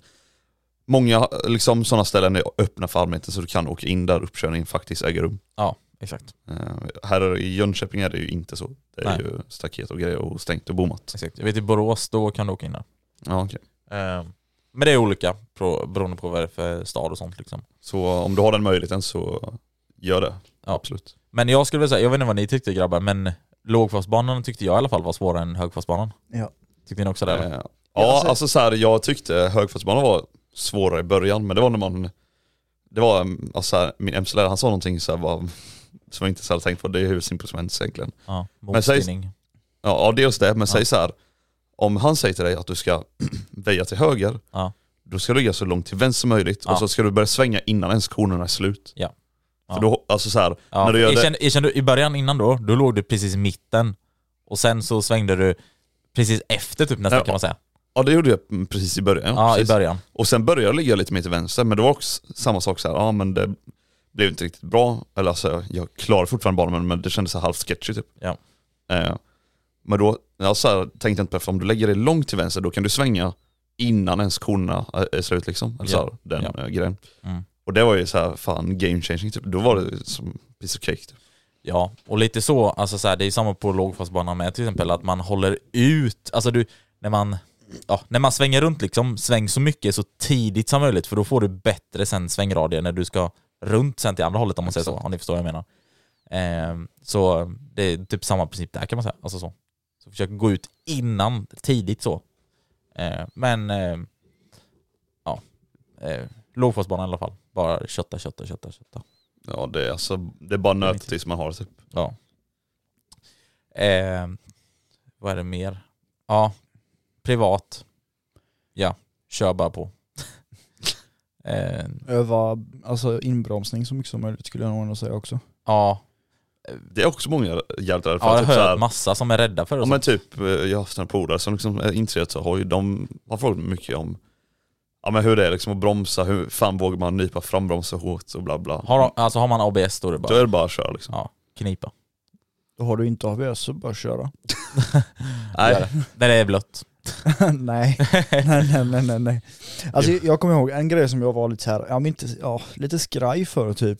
många eh, liksom sådana ställen är öppna för allmänheten så du kan åka in där uppkörningen faktiskt äger rum.
Ja, exakt.
Eh, här i Jönköping är det ju inte så. Det är
Nej.
ju staket och grejer och stängt och bommat.
exakt. Jag vet i Borås, då kan du åka in där.
Ja, okej.
Eh, men det är olika pro- beroende på vad det är för stad och sånt liksom.
Så om du har den möjligheten så gör det.
Ja.
Absolut.
Men jag skulle vilja säga, jag vet inte vad ni tyckte grabbar, men lågfartsbanan tyckte jag i alla fall var svårare än högfartsbanan.
Ja.
Tyckte ni också det? eller?
Eh,
Ja,
ja,
alltså-
alltså så här, jag tyckte högfartsbanan var svårare i början, men det var när man, det var, mm, alltså så här, min MC-lärare han sa någonting så här, bara, som jag inte så hade tänkt på, det är hur simpelt som helst egentligen.
Ja,
Men säg-
motstyrning.
Ja, ja dels det, men
Ja.
säg så här, om han säger till dig att du ska [clears throat] väja till höger,
Ja.
då ska du ligga så långt till vänster som möjligt
Ja.
och så ska du börja svänga innan ens konerna är slut.
Ja. Ja.
För då, alltså så här,
Ja,
när du gör
jag
det,
kände, jag kände, I början innan då, då låg du precis i mitten. Och sen så svängde du precis efter typ nästan
Ja.
kan man säga.
ja det gjorde jag mm, precis i början.
Ja,
precis.
i början.
Och sen började jag ligga lite mer till vänster, men det var också samma sak så här, ja men det blev inte riktigt bra. Eller alltså, jag klarar fortfarande banan, men det kändes så här halvt sketchy typ.
Ja.
Eh, men då, jag så här, tänkte jag inte på, för om du lägger dig långt till vänster, då kan du svänga innan ens korna är- är slut liksom. Eller så
Ja.
här, den
Ja.
eh, grejen.
Mm.
Och det var ju så här, fan game changing typ. Då var det som piece of cake typ.
Ja, och lite så, alltså så här, det är ju samma på lågfartsbanan med till exempel, att man håller ut, alltså du, när man, ja, när man svänger runt liksom, sväng så mycket så tidigt som möjligt för då får du bättre sen svängradie när du ska runt sen till andra hållet om man säger så, om ni förstår vad jag menar. Ehm, så det är typ samma princip där kan man säga, alltså så. Så försök gå ut innan, tidigt så. Ehm, men, ehm, ja, eh, lågfartsbanan i alla fall, bara kötta, kötta, kötta, kötta.
Ja det är alltså, det är bara nötet tills man har typ.
Ja. Eh, vad är det mer? Ja, privat. Ja, kör bara på. [laughs] eh,
Öva alltså inbromsning så mycket som möjligt skulle jag nog ändå säga också.
ja,
Det är också många jävligt rädda för.
ja, jag
typ,
har
så
hört
här-
massa som är rädda för det.
Ja
och
men
sånt.
typ, eh, jag har haft några polare som liksom är intresserade så har ju de har frågat mig mycket om ja, men hur det är liksom att bromsa, hur fan vågar man nypa frambromsa hårt och bla bla.
har, de- alltså, har man ABS står det
Då
bara
är det bara att köra liksom.
Ja. knipa.
Då har du inte ABS så bara köra.
Gör
Nej,
det. När det
[laughs]
är blött.
[laughs] nej. [laughs] nej, nej, nej, nej, nej. Alltså jag kommer ihåg en grej som jag var lite så här, ja, men inte, ja, lite skraj för typ.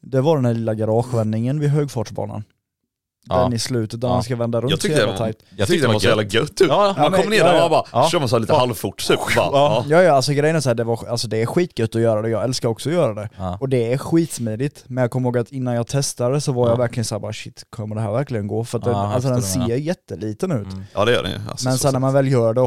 Det var den här lilla garagevändningen vid högfartsbanan.
Ja.
Den i slutet där
Ja.
man ska vända runt
jag tyckte
så
det
jävla
var,
tajt.
jag tyckte det var så jävla gött typ.
Ja,
ja,
Man
men-
kommer ner
ja,
där
ja.
och man bara
Ja.
kör man så här lite halvfort typ. Bara,
Ja.
ja.
ja, ja, alltså grejen är så här, det, var, alltså, det är skitgött att göra det, jag älskar också att göra det.
Ja.
Och det är skitsmidigt, men jag kommer ihåg att innan jag testade så var
Ja.
jag verkligen såhär bara shit, kommer det här verkligen gå? För att den,
Ja, jag
alltså, den
förstår vad du
ser jätteliten ut.
Mm.
ja det gör det ju. Alltså,
Men
så-
sen när man väl gör det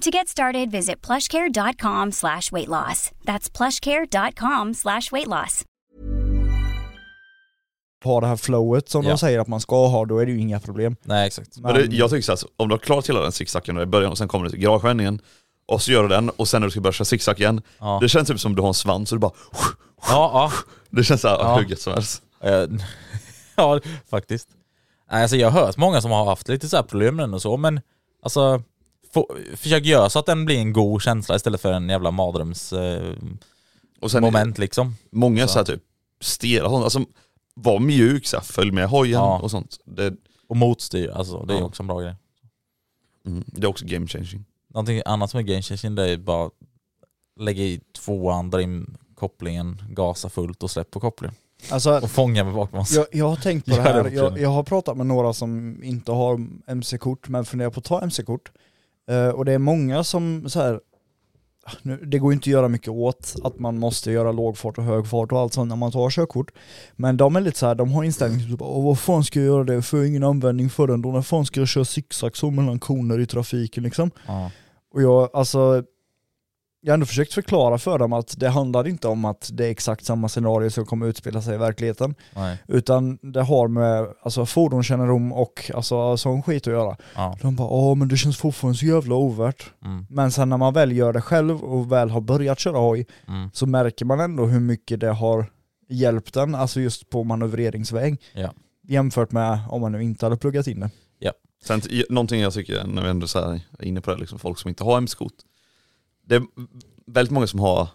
To get started, visit plushcare.com slash weight loss. That's plushcare.com slash weight loss.
ha det här flowet som
Ja.
de säger att man ska ha, då är det ju inga problem.
Nej exakt.
Men det, jag tycker så här, så om du har klart hela den zigzaggen i början och sen kommer du till garagevändningen och så gör du den och sen när du ska börja köra zigzag igen,
Ja.
det känns typ som du har en svans och du bara
Ja,
Det känns såhär
Ja.
hur gött som helst.
ja. Eh, ja, [laughs] faktiskt. Nej, Alltså, jag har hört många som har haft lite så här problem med den och så, men alltså få, försök göra så att den blir en god känsla istället för en jävla mardröms... Eh,
Och sen
moment liksom.
många
Så.
så. här typ stela sånt, alltså var mjuk så här, följ med hojen
Ja.
och sånt. Det,
Och motstyr, alltså det är
Ja.
också en bra grej.
mm, det är också game changing.
Någonting annat som är game changing det är bara lägga i tvåan, dra in kopplingen, gasa fullt och släpp på kopplingen.
Alltså,
Och fånga med bakmans.
jag, jag har tänkt på det
Gör det
här,
verkligen.
jag, jag har pratat med några som inte har mc-kort men funderar på att ta mc-kort. Eh, och det är många som så här, nu, det går ju inte att göra mycket åt att man måste göra lågfart och högfart och allt sånt när man tar körkort. Men de är lite så här, de har inställningen typ Åh, vad fan ska jag göra det? Får jag ingen användning för den då? När fan ska jag köra zigzag så mellan koner i trafiken liksom?
Ja.
Och jag, alltså, jag har ändå försökt förklara för dem att det handlar inte om att det är exakt samma scenario som kommer utspela sig i verkligheten.
Nej.
Utan det har med alltså, fordonskännedom och alltså, sån skit att göra.
Ja.
De bara åh men det känns fortfarande så jävla ovärt.
Mm.
Men sen när man väl gör det själv och väl har börjat köra hoj
Mm.
så märker man ändå hur mycket det har hjälpt en, alltså just på manövreringsväg.
Ja.
Jämfört med om man nu inte hade pluggat in det.
Sen, t- någonting jag tycker, när vi ändå så här är inne på det, liksom, folk som inte har mc Det är väldigt många som har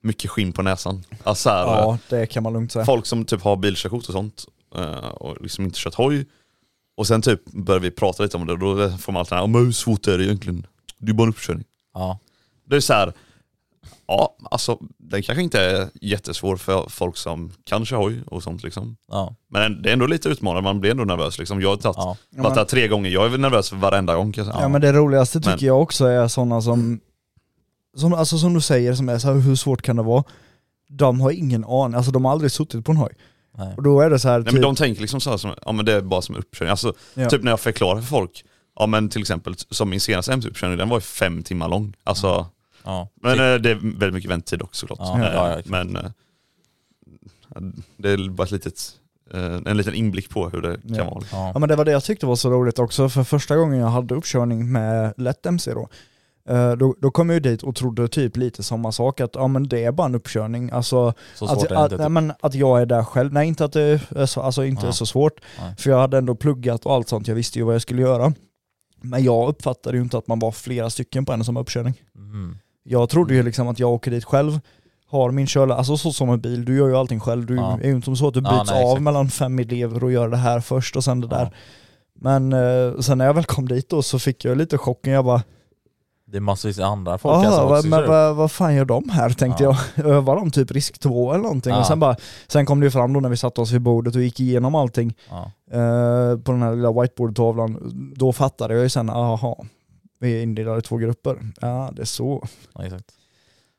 mycket skinn på näsan. Alltså, så här,
Ja, det kan man lugnt säga.
Folk som typ har bilkörkort och sånt eh, och liksom inte kört hoj. Och sen typ börjar vi prata lite om det och då får man alltid den här, men hur svårt är det egentligen? Det är ju bara en uppkörning.
Ja.
Det är så här, ja alltså den kanske inte är jättesvår för folk som kan köra hoj och sånt liksom.
Ja.
Men det är ändå lite utmanande, man blir ändå nervös liksom. Jag har tagit,
Ja.
varit där tre gånger, jag är väl nervös för varenda gång kan jag säga.
Ja men det roligaste tycker
Men-
jag också är sådana som, som, alltså som du säger, som är så här, hur svårt kan det vara? De har ingen aning, alltså de har aldrig suttit på en hoj.
Nej.
Och då är det så här, typ-
Nej men de tänker liksom så här som, ja men det är bara som uppkörning. Alltså
Ja.
typ när jag förklarar för folk, ja men till exempel som min senaste MC-uppkörning, den var ju fem timmar lång. Alltså
Ja. typ.
Men eh, det är väldigt mycket väntetid också såklart.
Ja,
Eh,
ja, ja, klart.
men eh, det är bara ett litet, eh, en liten inblick på hur det kan
Ja.
vara. liksom.
Ja
Ja.
men det var det jag tyckte var så roligt också, för första gången jag hade uppkörning med lätt MC då, eh, då, då kom jag ju dit och trodde typ lite samma sak, att ja men det är bara en uppkörning. Alltså,
Så svårt
att,
är det
att,
inte.
nej,
typ.
men att jag är där själv, nej inte att det är så, alltså inte
Ja.
så svårt,
Nej.
för jag hade ändå pluggat och allt sånt, jag visste ju vad jag skulle göra. Men jag uppfattade ju inte att man var flera stycken på en och samma uppkörning.
Mm.
Jag trodde ju liksom att jag åker dit själv, har min körlärare, alltså så som en bil, du gör ju allting själv, du
Ja.
är ju inte som så att du byts
Ja, nej,
av
exakt.
mellan fem elever och gör det här först och sen det
Ja.
där. Men eh, sen när jag väl kom dit då så fick jag lite chocken, jag bara
Det är massvis av andra folk
Jaha,
alltså,
Ah, vad,
också,
men
så-
vad, vad fan gör de här tänkte
Ja.
jag. [laughs] Övar de typ risk 2 eller någonting?
Ja.
Och sen, bara, sen kom det ju fram då när vi satte oss vid bordet och gick igenom allting
ja.
eh, på den här lilla whiteboardtavlan. Då fattade jag ju sen, aha, vi är indelade i två grupper. Ja, det är så.
Ja, exakt.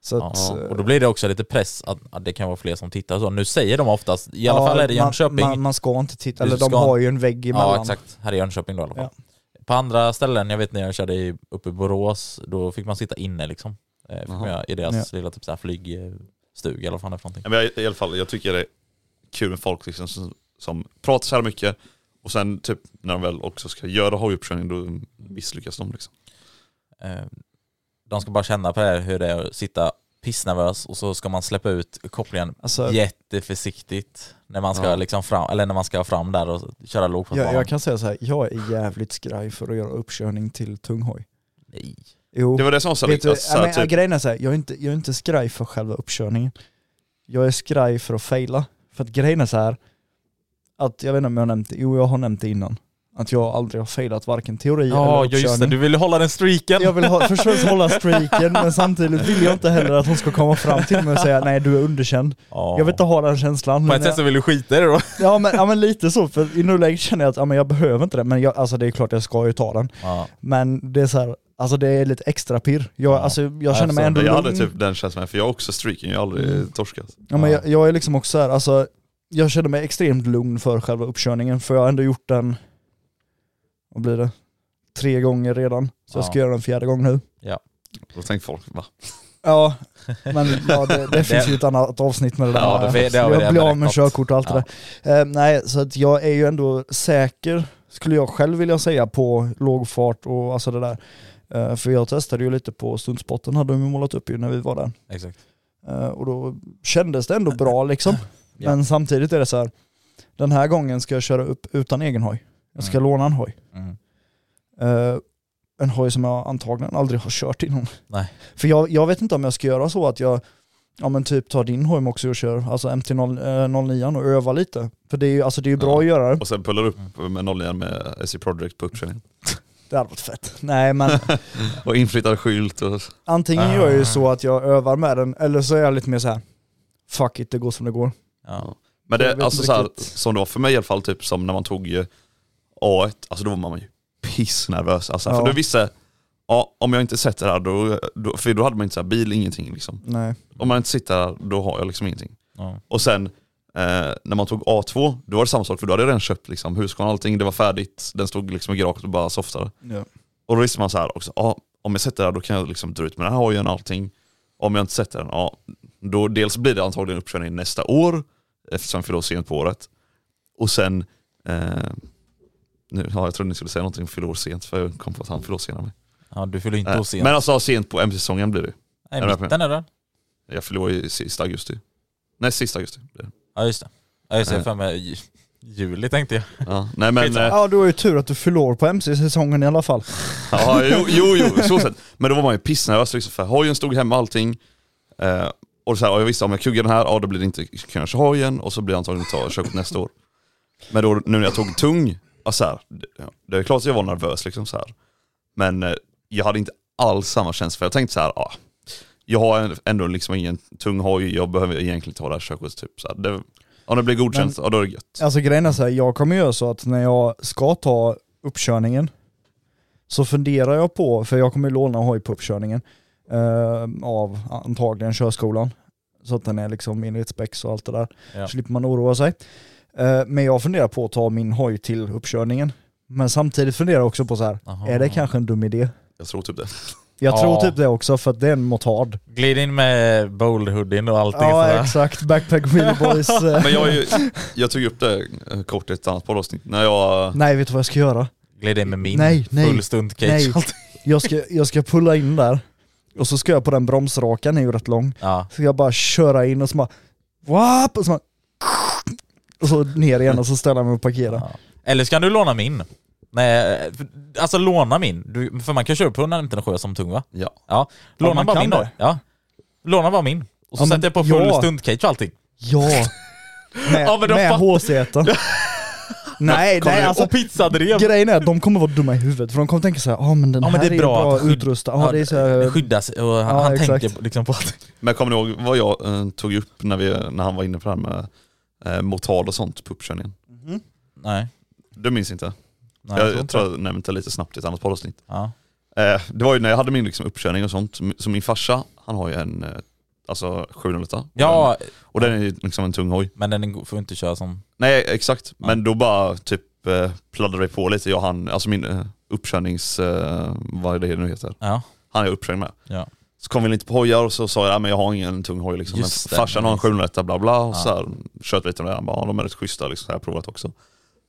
så att,
Ja,
eh,
och då blir det också lite press att, att det kan vara fler som tittar och så. Nu säger de oftast, i alla
Ja,
fall är det i Jönköping.
Man, man, man ska inte titta,
Du
eller de
ska-
har ju en vägg emellan.
ja exakt, här i Jönköping då i alla fall.
Ja.
På andra ställen, jag vet när jag körde i, uppe i Borås, då fick man sitta inne liksom. Eh, fick man
Jaha.
göra I deras lilla typ, så här, flygstuga eller vad fan det är för någonting.
Ja, men jag, I alla fall, jag tycker det är kul med folk liksom, som, som pratar så här mycket och sen typ när de väl också ska göra hojuppkörning då misslyckas de liksom.
Eh, de ska bara känna på det här, hur det är att sitta pissnervös och så ska man släppa ut kopplingen
Alltså,
jätteförsiktigt när man ska
Ja.
liksom fram, eller när man ska fram där och köra låg på
jag, jag
banan.
kan säga så här, jag är jävligt skraj för att göra uppkörning till tunghoj.
Nej.
Jo,
Det var det som var så,
vet
liksom.
lite,
du,
alltså, så här,
men, äh,
typ,
grejen är så här, jag är, inte, jag är inte skraj för själva uppkörningen. Jag är skraj för att faila. För att grejen är så här, att jag vet inte om jag har nämnt det, jo jag har nämnt det innan. Att jag aldrig har failat varken teori eller
Ja, ja
uppkörning.
just det, du ville hålla den streaken.
Jag vill
[laughs]
ha, försöka hålla streaken men samtidigt vill jag inte heller att hon ska komma fram till mig och säga nej du är underkänd.
Ja.
Jag vill inte ha den känslan.
På
men
ett sätt
jag,
så vill du skita i det då.
ja, men, ja men lite så, för i nuläget känner jag att ja, men jag behöver inte det, men jag, alltså, det är klart jag ska ju ta den.
Ja.
Men det är så här, alltså det är lite extra pirr. Jag,
Ja.
alltså, jag känner mig
Absolut.
ändå
jag hade
lugn.
typ den känslan, för jag har också streaking, jag har aldrig
Mm.
torskat.
Ja, men
Ja.
jag, jag är liksom också här, alltså, jag känner mig extremt lugn för själva uppkörningen för jag har ändå gjort den, vad blir det, tre gånger redan. Så jag
Ja.
ska göra den fjärde gången nu.
Då tänkte folk va?
Ja, [laughs] men ja,
[laughs]
det, det finns ju ett annat avsnitt med det där.
Ja, det- det har vi
jag
redan
blir av med
räknat.
körkort och allt det där. Eh, nej, så att jag är ju ändå säker, skulle jag själv vilja säga, på låg fart och alltså det där. Eh, för jag testade ju lite på stuntspotten, hade de ju målat upp ju när vi var där.
Exakt.
Eh, och då kändes det ändå bra liksom.
Ja.
Men samtidigt är det så här, den här gången ska jag köra upp utan egen hoj. Jag ska
Mm.
låna en hoj.
Mm.
Eh, en hoj som jag antagligen aldrig har kört innan.
Nej.
För jag, jag vet inte om jag ska göra så att jag ja, men typ tar din hoj också och kör, alltså MT-09 och övar lite. För det är ju, alltså det är ju bra
Ja.
att göra det.
Och sen pullar upp med 09 med SC Project på uppkörningen.
Det hade varit fett. Nej men
[laughs]
Och inflyttad skylt och
antingen gör jag ju så att jag övar med den eller så är jag lite mer så här. fuck it, det går som det går.
Ja.
Men
Jag vet
det,
inte
alltså så här,
riktigt.
som det var för mig i alla fall, typ som när man tog eh, A1, alltså då var man ju pissnervös. Alltså,
Ja.
För du visste, ja, om jag inte sätter här då, då, för då hade man inte så här bil, ingenting liksom.
Nej.
Om man inte sitter här då har jag liksom ingenting.
Ja.
Och sen eh, när man tog A2, då var det samma sak för då hade jag redan köpt liksom Husqvarna och allting, det var färdigt, den stod liksom i garaget och bara softade.
Ja.
Och då visste man så här också, ja, om jag sätter den här då kan jag liksom dra ut med den här hojen och allting. Om jag inte sätter den, ja, då dels blir det antagligen uppkörning nästa år, eftersom jag fyller år sent på året. Och sen, eh, nu, ja, jag trodde ni skulle säga någonting om fyller år sent, för jag kom på att han fyller år senare än mig.
Ja, du fyller inte
Eh,
år sent.
Men alltså sent på MC-säsongen blir det.
Nej,
jag vet
mitten är det.
Jag fyller år i sista augusti. Nej, sista augusti blir det.
Ja, just det. Ja, just det.
Eh.
För mig, ju- juli tänkte jag.
Ja, nej men... eh,
Ja, du har ju tur att du förlorar på MC-säsongen i alla fall.
Ja, jo, jo, jo så sett. Men då var man ju pissnervös liksom, för hojen stod hemma och allting. Eh, och så här, ja, jag visste om jag kuggar den här, ja då blir det inte kan jag köra hojen och så blir det antagligen ta körkort nästa år. Men då nu när jag tog tung, ja, så här, det, ja, det är klart att jag var nervös liksom så här. Men eh, jag hade inte alls samma känsla för jag tänkte så här, ja, jag har en- ändå liksom ingen tung hoj, jag behöver egentligen inte ha det här körkortet typ. Så här, det, om det blir godkänt, ja då är det gött.
Alltså grejen är så här, jag kommer göra så att när jag ska ta uppkörningen så funderar jag på, för jag kommer ju låna hoj på uppkörningen eh, av antagligen körskolan. Så att den är liksom enligt specs och allt det där.
Ja.
Slipper man oroa sig. Eh, men jag funderar på att ta min hoj till uppkörningen. Men samtidigt funderar jag också på så här,
Aha.
är det kanske en dum idé?
Jag tror typ det.
Jag tror
Ja.
typ det också för att det är en motard.
Glid in med bold hoodien och allting
Ja
sådär.
exakt, Backpack
[laughs]
Wheelboys. eh.
Men jag, är ju, jag tog upp det eh, kort i ett annat poddavsnitt när jag
Nej vet du vad jag ska göra?
Glid in med min
Nej, nej,
full stunt cage.
Nej, jag ska, jag ska pulla in där och så ska jag på den bromsrakan, den är ju rätt lång.
Ja.
Så jag bara köra in och så bara... Wap, och, så bara och så ner igen och så ställer jag mig och parkerar.
Eller ska du låna min? Nej, för- alltså låna min. Du, för man kan köra på 197 som tung va?
Ja.
Ja. Låna
man
bara
kan
min då.
det.
Ja. Låna bara min. Och så
Ja, men-
sätter jag på full
ja.
stunt cage och allting.
Ja! Med,
[laughs] Ja, men de
med
fatt-
HZ. nej, nej alltså.
och pizzadrev.
Grejen är att de kommer vara dumma i huvudet för de kommer tänka såhär, ja men den
Ja men
här
det är bra, att
bra
skydd-
utrustad. Ja, det är så här,
skyddas och han,
Ja,
han
exakt.
tänker liksom på att...
Men kommer ni ihåg vad jag eh, tog upp när, vi, när han var inne på det här med eh, motard och sånt på uppkörningen?
Nej.
Du minns inte?
nej
jag,
så inte.
tror jag nämnde det lite snabbt i ett annat poddavsnitt.
Ja.
Eh, det var ju när jag hade min liksom, uppkörning och sånt, som- så min farsa, han har ju en eh, alltså 708. Och den-
ja,
Och den är ju liksom en tung hoj.
men den går- får inte köra som...
Nej exakt, men då bara typ eh, pladdade vi på lite, jag och han, alltså min eh, uppkörnings, eh, vad är det nu heter?
Ja.
Han är uppkörd med.
Ja.
Så kom vi lite på hojar och så sa jag, "Ja, men jag har ingen tung hoj liksom. Men
Just det.
farsan har en 701 bla bla och
Ja.
så här, kört lite med det. Han bara, "Ja, de är rätt schyssta liksom, jag har provat också.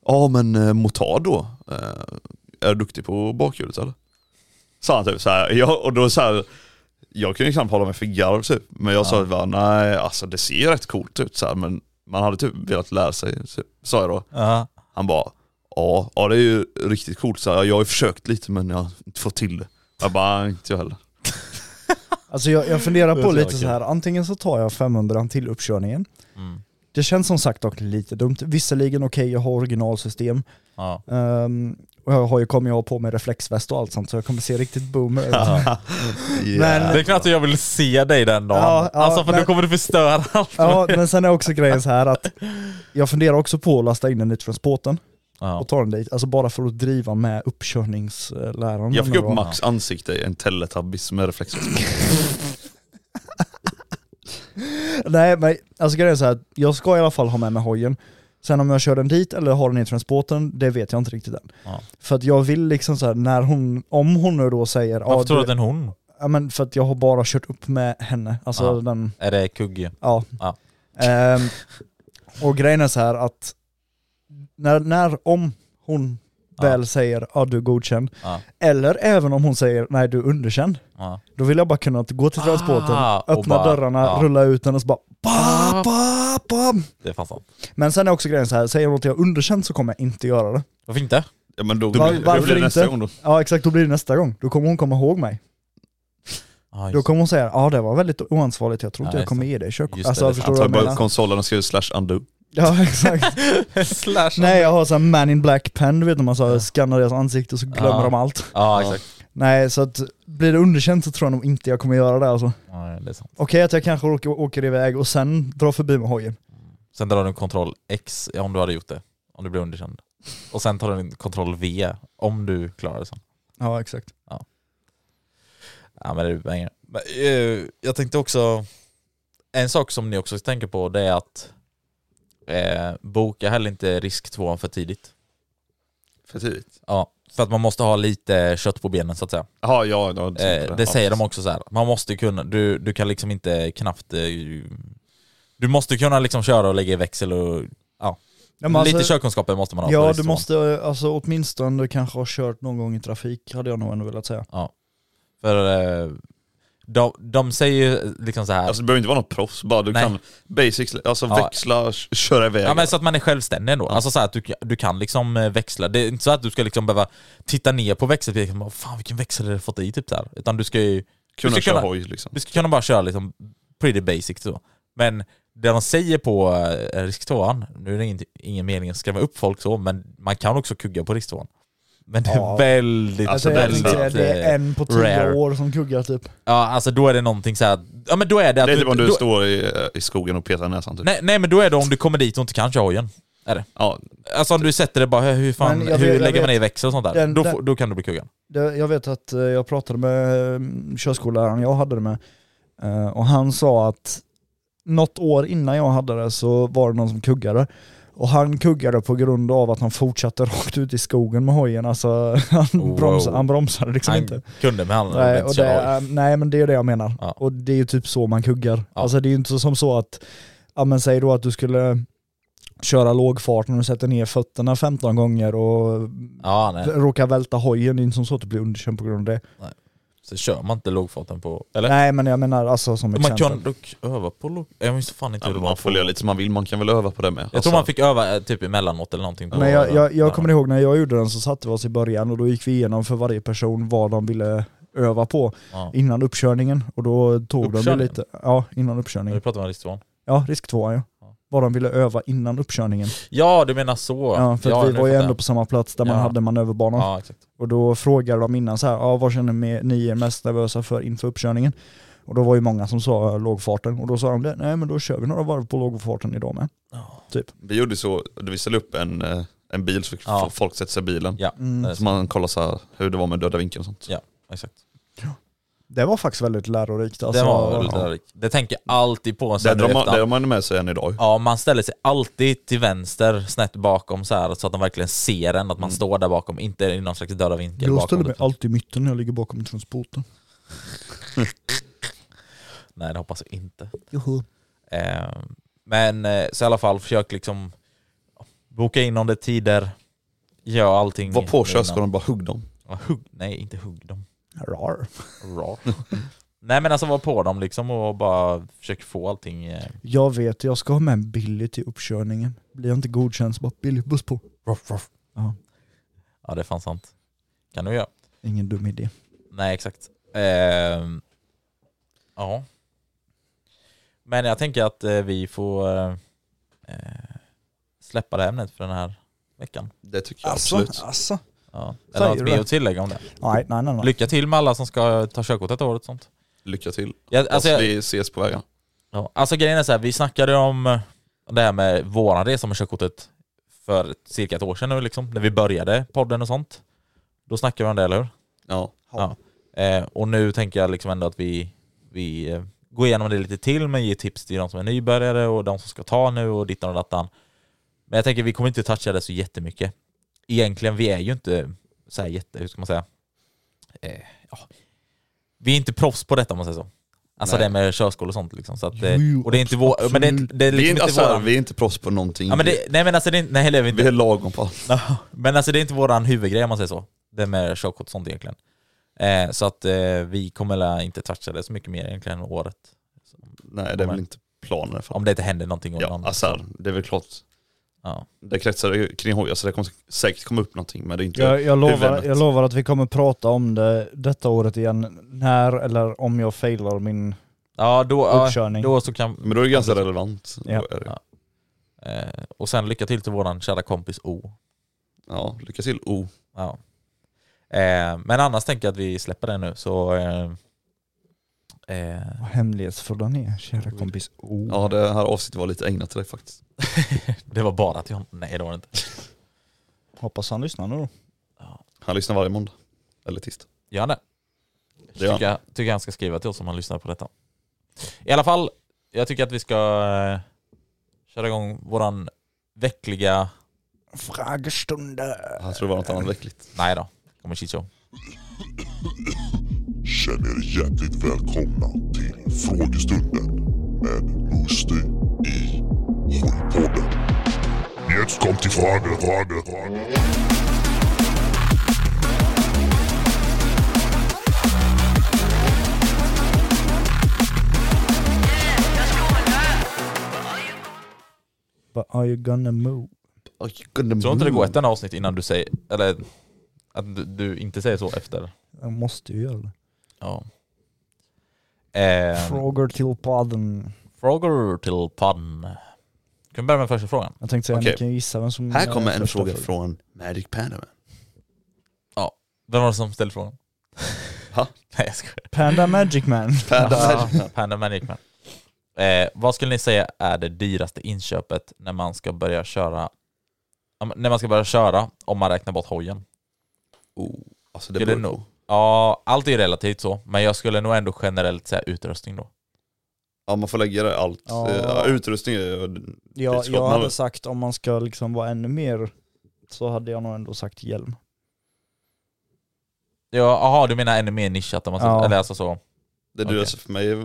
Ja men eh, motard då? Eh, är du duktig på bakhjulet eller? Sa han typ så här, ja, och då så här, jag kunde ju knappt hålla mig för garv typ. Men jag sa bara, nej alltså det ser rätt coolt ut så här, men man hade typ velat lära sig, typ, sa jag då.
Ja.
Han bara, ja, ja det är ju riktigt coolt så här, jag har ju försökt lite men jag har inte fått till det. Jag bara, inte jag heller.
[laughs] Alltså jag, jag funderar på
så
lite
kul.
så här. antingen så tar jag 500 till uppkörningen.
Mm.
Det känns som sagt dock lite dumt. Visserligen okej, jag har originalsystem.
Ja.
Ehm, och jag har ju, kommer jag ha på mig reflexväst och allt sånt så jag kommer se riktigt boomer ut.
Yeah.
Det är knappt att jag vill se dig den dagen.
Ja, ja,
alltså för
men-
då kommer du förstöra allt.
[laughs] Ja, men sen är också grejen så här att jag funderar också på att lasta in den dit från spåten
Ja.
och ta den dit. Alltså bara för att driva med uppkörningsläraren.
Jag fick
eller
upp
vad.
Max ansikte i en Teletubbies med
[laughs]
reflexväst.
Nej men alltså grejen är så här, att jag ska i alla fall ha med mig hojen. Sen om jag kör den dit eller har den i transporten, det vet jag inte riktigt än.
Ja.
För att jag vill liksom så här, när hon, om hon nu då säger
Varför
ja,
tror du
du,
att det är en hon?
ja men för att jag har bara kört upp med henne, alltså
Ja.
den
Är det kugge?
Ja.
Ja.
Ehm, och grejen är så här att när, när om hon
Ja.
väl säger ja du är godkänd,
Ja.
eller även om hon säger nej du är underkänd,
Ja.
då vill jag bara kunna gå till transporten,
Ah, och
öppna
bara-
dörrarna,
ja.
rulla ut den och så bara ba, ba, ba.
Det är fan sant.
Men sen är också grejen så här, säger hon att jag är underkänd så kommer jag inte göra det.
Varför inte?
Ja, men då,
Var-
då blir det
varför inte?
nästa gång då.
Ja exakt, då blir det nästa gång. Då kommer hon komma ihåg mig.
Ja,
Då
just,
kommer hon säga ja det var väldigt oansvarigt, jag tror inte
Ja,
jag kommer
just
ge dig
Just
körkort.
det,
Alltså
det är
förstår
Han
du vad
tar
jag
bara upp
menar?
konsolen och skriver slash undo.
Ja [laughs] exakt.
[laughs] Slash.
Nej jag har sån här man in black pen, du vet när man så här skannar deras ansikte och så glömmer
Ja.
de allt.
Ja, exakt.
Nej så att blir det underkänt så tror jag nog inte jag kommer göra det alltså.
Ja, det är sant.
Okej att jag kanske åker, åker iväg och sen drar förbi med hojen.
Sen drar du kontroll X ja, om du hade gjort det. Om du blir underkänd. Och sen tar du en kontroll V om du klarar det sen.
Ja exakt.
Ja. Ja men det är pengar. Men, eh, jag tänkte också, en sak som ni också tänker på det är att eh, boka heller inte risk tvåan för tidigt.
För tidigt.
Ja, för att man måste ha lite kött på benen så att säga.
Jaha, ja. ja
Eh, det säger de också så här. man måste kunna, du, du kan liksom inte knappt, eh, du måste kunna liksom köra och lägga i växel och ja.
Ja, men
lite
alltså-
körkunskaper måste man ha. på
Ja
risk
du
tvåan.
måste eh, alltså åtminstone kanske ha kört någon gång i trafik hade jag nog ändå velat säga.
För eh, de, de säger ju liksom så här.
Alltså det behöver inte vara något proffs, bara du
Nej.
kan basics, alltså
Ja.
växla, k- köra iväg.
Ja men så att man är självständig ändå. Alltså så här att du, du kan liksom eh, växla. Det är inte så att du ska liksom behöva titta ner på växeln och fan vilken växel har du fått i typ där. Utan du ska ju
kunna
du ska
köra
kunna-
hoj liksom.
du ska kunna bara köra liksom pretty basic så. Men det de säger på eh, risktvåan, nu är det ingen, ingen mening att skrämma upp folk så, men man kan också kugga på risktvåan. Men det är
Ja.
väldigt,
Alltså,
Alltså, jag
väldigt...
tänkte säga, det
eh,
är en på tio
rare.
år som kuggar typ.
Ja alltså då är det någonting så här, ja men då är det att
Det är typ om du
då,
står i, i skogen och petar näsan typ.
nej, nej men då är det om du kommer dit och inte kan köra hojen.
Ja,
Alltså om du sätter det bara, hur fan,
Men jag
hur
vet- jag
lägger man
vet-
ner växel och sånt där?
Den-
då,
den-
får, då kan du bli kuggad.
Det, jag vet att eh, jag pratade med eh, körskolläraren jag hade det med eh, och han sa att något år innan jag hade det så var det någon som kuggade. Och han kuggade på grund av att han fortsatte [laughs] rakt ut i skogen med hojen. Alltså [laughs] han,
Wow.
bromsade, han bromsade liksom
Han
inte.
kunde men han hade
Nej,
inte
och det,
kört hoj.
är- um, nej men det är det jag menar.
Ja.
Och det är ju typ så man kuggar.
Ja.
Alltså det är ju inte som så att, ja men säg då att du skulle köra låg fart när du sätter ner fötterna 15 gånger och
Ja nej,
råkar välta hojen, det är inte som så att du blir underkänd på grund av det.
så kör man inte lågfarten på... Eller?
Nej men jag menar alltså som
man
exempel.
kan dock öva på låg... Jag minns fan inte
ja
hur det
men
var.
man
På.
får
Jag
göra lite som man vill, man kan väl öva på det med. Alltså,
tror man fick öva eh, typ emellanåt eller någonting. På
Men jag, jag, jag kommer ihåg när jag gjorde den så satte vi oss i början och då gick vi igenom för varje person vad de ville öva på
Ja.
innan uppkörningen och då tog de ju
Uppkörningen?
lite, ja innan
Vi
uppkörningen.
pratar om risktvåan.
Ja, risk två ja.
Ja.
Vad de ville öva innan uppkörningen.
Ja du menar så.
Ja, för att vi
nu
var ju
fattar
ändå på samma plats där man
Ja.
hade manöverbanan.
jag. Ja exakt.
Och då frågade de innan så här, ja, vad känner me- ni er mest nervösa för inför uppkörningen? Och då var ju många som sa eh, lågfarten och då sa de det, nej men då kör vi några varv på lågfarten idag med.
Vi gjorde så, vi ställde upp en, eh, en bil så fick
Ja.
f- folk sätta sig i bilen.
Ja,
Mm.
Så man kollade så här, hur det var med döda vinkeln och sånt.
Ja. exakt.
Det var faktiskt väldigt lärorikt.
det
Alltså,
var
ja.
väldigt lärorikt. Det tänker jag alltid på
Det
sen
drar man,
nu
det
efterhand.
drar man med sig än idag.
Ja, man ställer sig alltid till vänster, snett bakom så här, så att de verkligen ser en, att man
Mm.
står där bakom, inte i någon slags döda vinkel
Jag ställer
bakom.
mig
utan-
alltid i mitten när jag ligger bakom transporten.
Nej, det hoppas jag inte.
Joho.
Eh, men eh, så i alla fall, försök liksom boka in om det är tider, gör allting.
Var på
innan.
körskolan och bara hugg dem.
Ja, hugg, nej, inte hugg dem.
Rar.
Rar. [laughs] nej, men alltså var på dem liksom och bara försök få allting. Eh,
Jag vet, jag ska ha med en Billy till uppkörningen. Blir jag inte godkänd så bara Billy, buss på.
ruff, ruff.
Ja.
Ja, det är fan sant. Kan du göra.
Ingen dum idé.
Nej, exakt. Ehm, ja. Men jag tänker att eh, vi får eh, eh, släppa det här ämnet för den här veckan.
Det tycker jag absolut.
alltså.
Ja.
Säger
Eller något
du
mer
det?
att tillägga om det.
Nej, nej, nej. nej.
Lycka till med alla som ska ta körkort detta året och sånt.
Lycka till.
Ja, alltså,
Alltså,
jag,
Vi ses på vägen.
ja, alltså grejen är så här, vi snackade om eh, det här med våran resa med körkortet för cirka ett år sedan nu liksom, när vi började podden och sånt. Då snackade vi om det, eller hur?
Ja.
Ja. Eh, och nu tänker jag liksom ändå att vi, vi eh, går igenom det lite till, men ger tips till de som är nybörjare och de som ska ta nu och dittan och dattan. Men jag tänker vi kommer inte toucha det så jättemycket. Egentligen, vi är ju inte så här jätte, hur ska man säga? Eh, ja. Vi är inte proffs på detta om man säger så. Alltså
Nej.
det med körskola och sånt liksom. Så att, eh,
Jo,
och det är inte vår, men det är, inte- det är
Vi är,
liksom
inte-
inte
alltså,
våran...
vi är inte proffs på någonting.
ja, men det, nej men alltså det är, inte- nej, det är vi inte.
Vi är lagom på allt.
Men alltså det är inte våran huvudgrej om man säger så. Det med körkort och sånt egentligen. Eh, så att eh, vi kommer la inte toucha det så mycket mer egentligen året.
Nej det är väl inte planen. För.
Om det inte händer någonting. och
Ja,
någon-
alltså, det är väl klart.
ja.
Det kretsar ju kring hoj, alltså det kommer säkert komma upp någonting men det är inte
Jag, jag, lovar,
huvudämnet.
jag lovar att vi kommer prata om det detta året igen, när eller om jag failar min...
ja, då, ja,
Uppkörning.
då så kan...
Men då är det ganska relevant.
Ja.
Då är det.
Ja. Eh, och sen lycka till till våran kära kompis O.
Ja, lycka till Oh. O.
Ja. Eh, men annars tänker jag att vi släpper det nu så... Eh, eh, [laughs]
Vad hemlighetsfull han är, kära kompis. Oh.
Ja det här avsnittet var lite ägnat till dig faktiskt.
det var bara till honom. Nej det var det inte.
Hoppas han lyssnar nu då.
Han lyssnar varje måndag. Eller tisdag.
Gör han det?
Det gör han.
Tycker jag, tycker han ska skriva till oss om han lyssnar på detta. I alla fall, jag tycker att vi ska eh, köra igång våran veckliga...
Frågestunder.
Jag tror det var något annat veckligt.
Nej då, kommer shitshow.
Känn er hjärtligt välkomna till frågestunden med Musti i Skitpodden. Jetzt kommt die Frage, Frage, Frage.
But are you gonna move?
Tror inte det går ett enda avsnitt innan du säger... Eller att du, du inte säger så efter.
Jag måste ju göra det.
Ja. Eh,
Frågor till podden.
frågor till podden. Kan vi börja med första frågan?
Jag tänkte säga,
Okej.
ni kan ju gissa vem som...
Här kommer
är
en
första
fråga från Magic Panda Man.
Vem var det som ställde frågan?
Ha?
Nej jag skojar.
Panda Magic Man.
[laughs] Panda Magic Man.
Panda Man Nickman. Eh, vad skulle ni säga är det dyraste inköpet när man ska börja köra ja, men när man ska börja köra om man räknar bort hojen?
Oh, alltså det
Skulle
beror
nog-
på.
Ja, allt är ju relativt så, men jag skulle nog ändå generellt säga utrustning då.
Ja man får lägga det allt.
Ja.
Eh, Ja. utrustning är
Ja,
Skott,
jag hade
Nalle.
sagt om man ska liksom vara ännu mer så hade jag nog ändå sagt hjälm.
Ja, Jaha, du menar ännu mer nischat om man ska,
Ja.
eller alltså så.
det
Okej.
dyraste för mig, eh,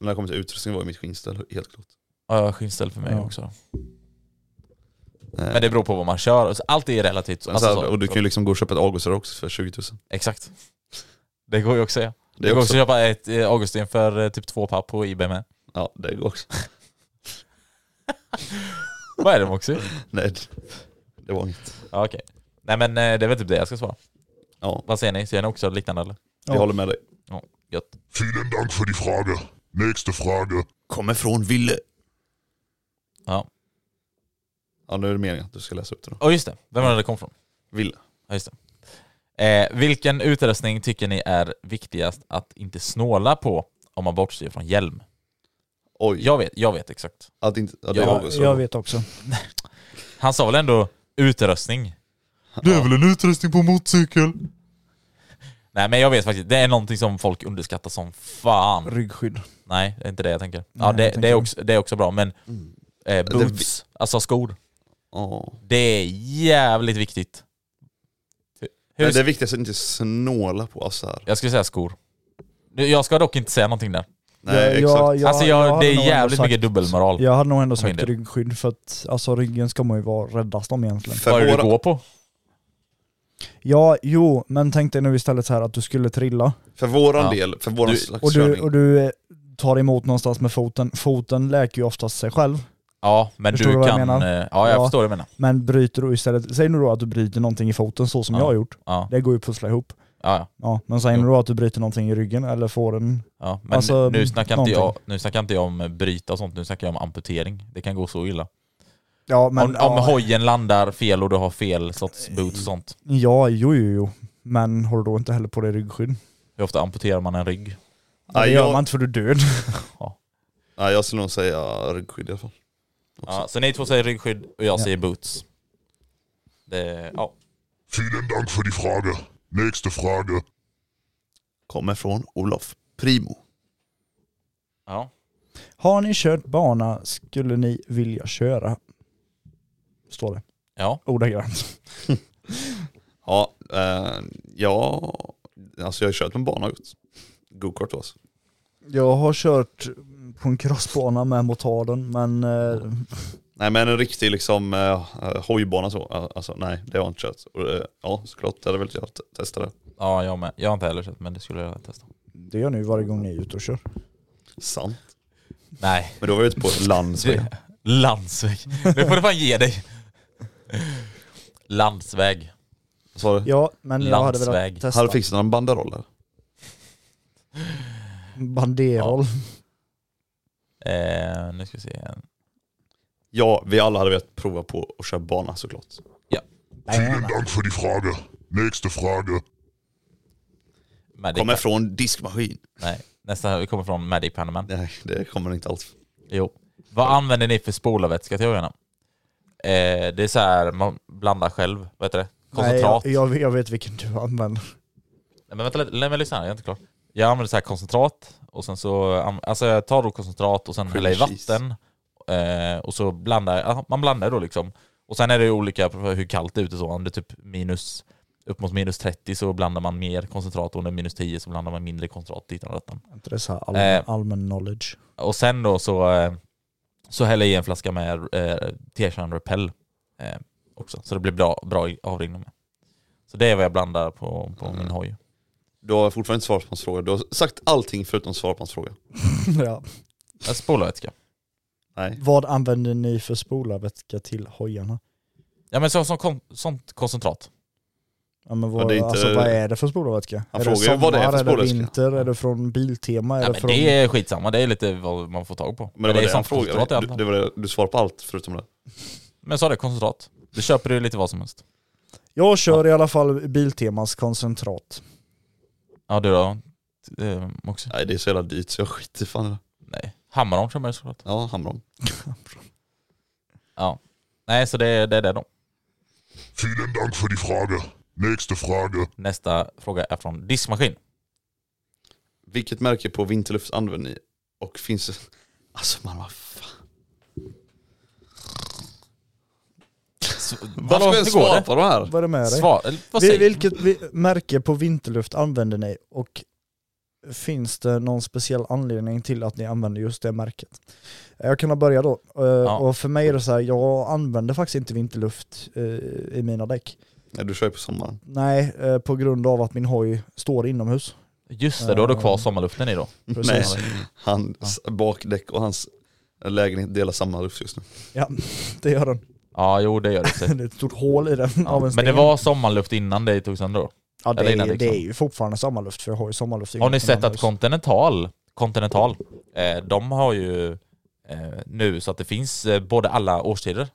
när det kommer till utrustning var ju mitt skinnställ, helt klart.
Ja, skinnställ för mig
Ja.
också.
Eh,
Men det beror på vad man kör, alltså, allt är ju relativt.
sen
Alltså,
Eh, så
så.
här, och du kan ju liksom gå och köpa ett Augustsrör också för 20 000.
Exakt. Det går ju också ja.
Det
jag
är
går också
också,
att köpa ett eh, Augustin för eh, typ två papp på Ebay med.
ja det går också. [laughs]
Vad är
[laughs]
det Moxie?
Nej, det- det var inget.
Ja okej. Nej men eh, det är väl typ det jag ska svara.
Ja,
Vad säger ni? Ser ni också liknande eller?
jag
Ja.
håller med dig.
Ja, gött.
Vielen Dank für die Frage. Nächste Frage.
Kommer från Ville.
Ja.
Ja nu är det meningen att du ska läsa upp det då.
Och just det, vem var det det kom från?
Ville.
Ja just det. Eh, vilken utrustning tycker ni är viktigast att inte snåla på om man bortser från hjälm?
Oj,
Jag vet, jag vet exakt.
att inte, ja, det är
Ja,
Augustsrör.
Jag vet också.
Han sa väl ändå utrustning?
Det är väl
en utrustning på motorcykel? Nej men jag vet faktiskt, det är någonting som folk underskattar som fan.
Ryggskydd.
Nej, det är inte det jag tänker.
Nej,
Ja, det,
jag tänker
det, är
det.
också, det är också bra, men
Mm.
eh, boots, alltså skor,
Ja.
det är jävligt viktigt. Hur,
Nej, det viktigaste är att inte snåla på oss här.
Jag skulle säga skor. Nu, Jag ska dock inte säga någonting där.
Nej
jag,
exakt.
alltså jag,
hade nog
det är
ändå
jävligt
sagt-
mycket dubbelmoral.
Jag hade nog ändå
min
sagt
del.
ryggskydd för att alltså, ryggen ska man ju vara räddast om egentligen.
För
Vad är det du
våra,
går på?
Ja, jo, men tänk dig nu istället så här att du skulle trilla
för våran
Ja.
del, för våran
Du-
slags
och du,
körning.
och du eh, tar emot någonstans med foten. Foten läker ju oftast sig själv,
Ja, men
Förstår
du
du vad jag
kan...
menar?
eh, Ja, jag
Ja.
förstår vad du menar.
men bryter du istället, säg nu då att du bryter någonting i foten så som
Ja.
jag har gjort,
Ja,
det går ju att pussla ihop.
ja, ja.
Ja, men säg nu
Jo.
då att du bryter någonting i ryggen eller får en...
ja. Men
Alltså,
nu, snackar inte jag,
någonting.
nu snackar inte jag om bryta och sånt, nu snackar jag om amputering. Det kan gå så illa.
Ja, men...
om,
ja,
om hojen landar fel och du har fel sorts boots och sånt.
ja, jo, jo, jo. Men har du då inte heller på dig ryggskydd?
Hur ofta amputerar man en rygg?
Det
Nej,
gör
jag,
man inte för du är död.
nej, jag skulle nog säga ryggskydd i alla fall.
Ja, så ni två säger ryggskydd och jag säger boots. Det, ja.
Vielen Dank für die Frage. Nächste Frage.
Kommer från Olof Primo.
ja.
[laughs] Har ni kört bana skulle ni vilja köra? Står det.
Ja.
Ordagrant.
Ja, eh, ja, alltså jag har kört med bana gott. Go-kart alltså.
Jag har kört på en crossbana med motarden men eh,
Nej men en riktig liksom eh, hojbana så, eh, alltså nej det har jag inte kört. Och, eh, ja såklart, det hade väl jag t- testa det.
ja, jag med. Jag har inte heller sett men det skulle jag testa.
det gör ni varje gång ni är ute och kör.
Sant.
Nej.
Men då var jag ute på landsväg.
[laughs] Du, landsväg. Nu får du fan ge dig. Landsväg.
Vad sa du?
Ja, men jag hade velat
Landsväg.
testa.
Hade fixat någon banderoller?
Banderoll.
Eh, nu ska vi se.
Ja, vi alla hade velat prova på att köra bana såklart.
Vielen Dank für die Frage. Nächste Frage.
Magic
Kommer från diskmaskin.
Nej, nästa vi kommer från Magic Panaman.
Nej det kommer inte alls.
Jo. Vad använder ni för spolarvätska till hojarna? Eh, det är så här, man blandar själv, vad heter det?
Nej,
Koncentrat.
jag, jag, vet- jag vet vilken du använder.
Nej, men vänta lite, låt mig lyssna, här, jag är inte klar. Jag använder så här koncentrat och sen så, an- alltså jag tar då koncentrat och sen
Cream
häller i
cheese.
vatten eh, och så blandar, ja, man blandar då liksom. Och sen är det ju olika på hur kallt det är ute så, om det är typ minus, upp mot minus 30 så blandar man mer koncentrat och om det är minus 10 så blandar man mindre koncentrat dit och datan.
Inte det så här allmän,
Eh.
allmän knowledge. [laughs]
Och sen då så, eh, så häller jag i en flaska med eh, T-shirt Repel eh, också, så det blir bra, bra i- avringning med. Så det är vad jag blandar på, på min hoj.
Du har fortfarande inte svarat på hans fråga. Du har sagt allting förutom svar på hans fråga.
ja.
Jag spolarvätska.
Nej.
Vad använder ni för spolarvätska till hojarna?
Ja men så, så, kon, sånt koncentrat.
Ja, men vad,
Ja, det är inte-
alltså, vad är det för spolarvätska?
Han
Är det
frågar ju vad det är för
är det
spolarvätska.
vinter, är det från Biltema, är
Nej,
det
men
från...
det är skitsamma, det är lite vad man får tag på.
Men det var
är
det, han
sånt koncentrat i
frågade.
alla
Du,
fall.
det var det, du svarade på allt förutom det.
Men jag sa det, koncentrat. Du köper ju lite vad som helst.
Jag kör i alla fall Biltemas koncentrat.
Ja du då? Eh, också.
Nej det är så jävla dyrt så jag skiter fan i det.
Nej. Hammaron kör man ju såklart.
Ja, hamron.
Ja. Nej så det, är- det är det då.
Vielen Dank für die Frage. Nächste Frage.
Nästa fråga är från diskmaskin.
Vilket märke på vinterluft använder ni? Och finns det... Alltså man vad fan. [laughs]
S-
Varför ska jag
hur går
svara
det?
på de här?
Vad är det med dig?
Svar, eller vad
Vi-
säger du?
Vilket vi- märke på vinterluft använder ni och finns det någon speciell anledning till att ni använder just det märket? Jag kan börja då. Eh, Och för mig är det så här, jag använder faktiskt inte vinterluft eh, i mina däck.
Nej du kör ju på sommaren.
Nej, eh, på grund av att min hoj står inomhus.
Just det, då har du kvar sommarluften i då.
Precis.
[laughs]
Nej, hans bakdäck och hans lägenhet delar samma luft just nu.
Ja, det gör den.
Ja jo det gör det. i och
[laughs]
för sig.
Det är ett stort hål i den
Ja.
av en
Men det
sten.
var sommarluft innan det tog sönder då?
ja, det,
eller innan
är, det
liksom.
är ju fortfarande sommarluft för jag har ju sommarluft
Har ni
inomhus.
sett att Continental, Continental eh, de har ju eh, nu så att det finns eh, både alla årstider.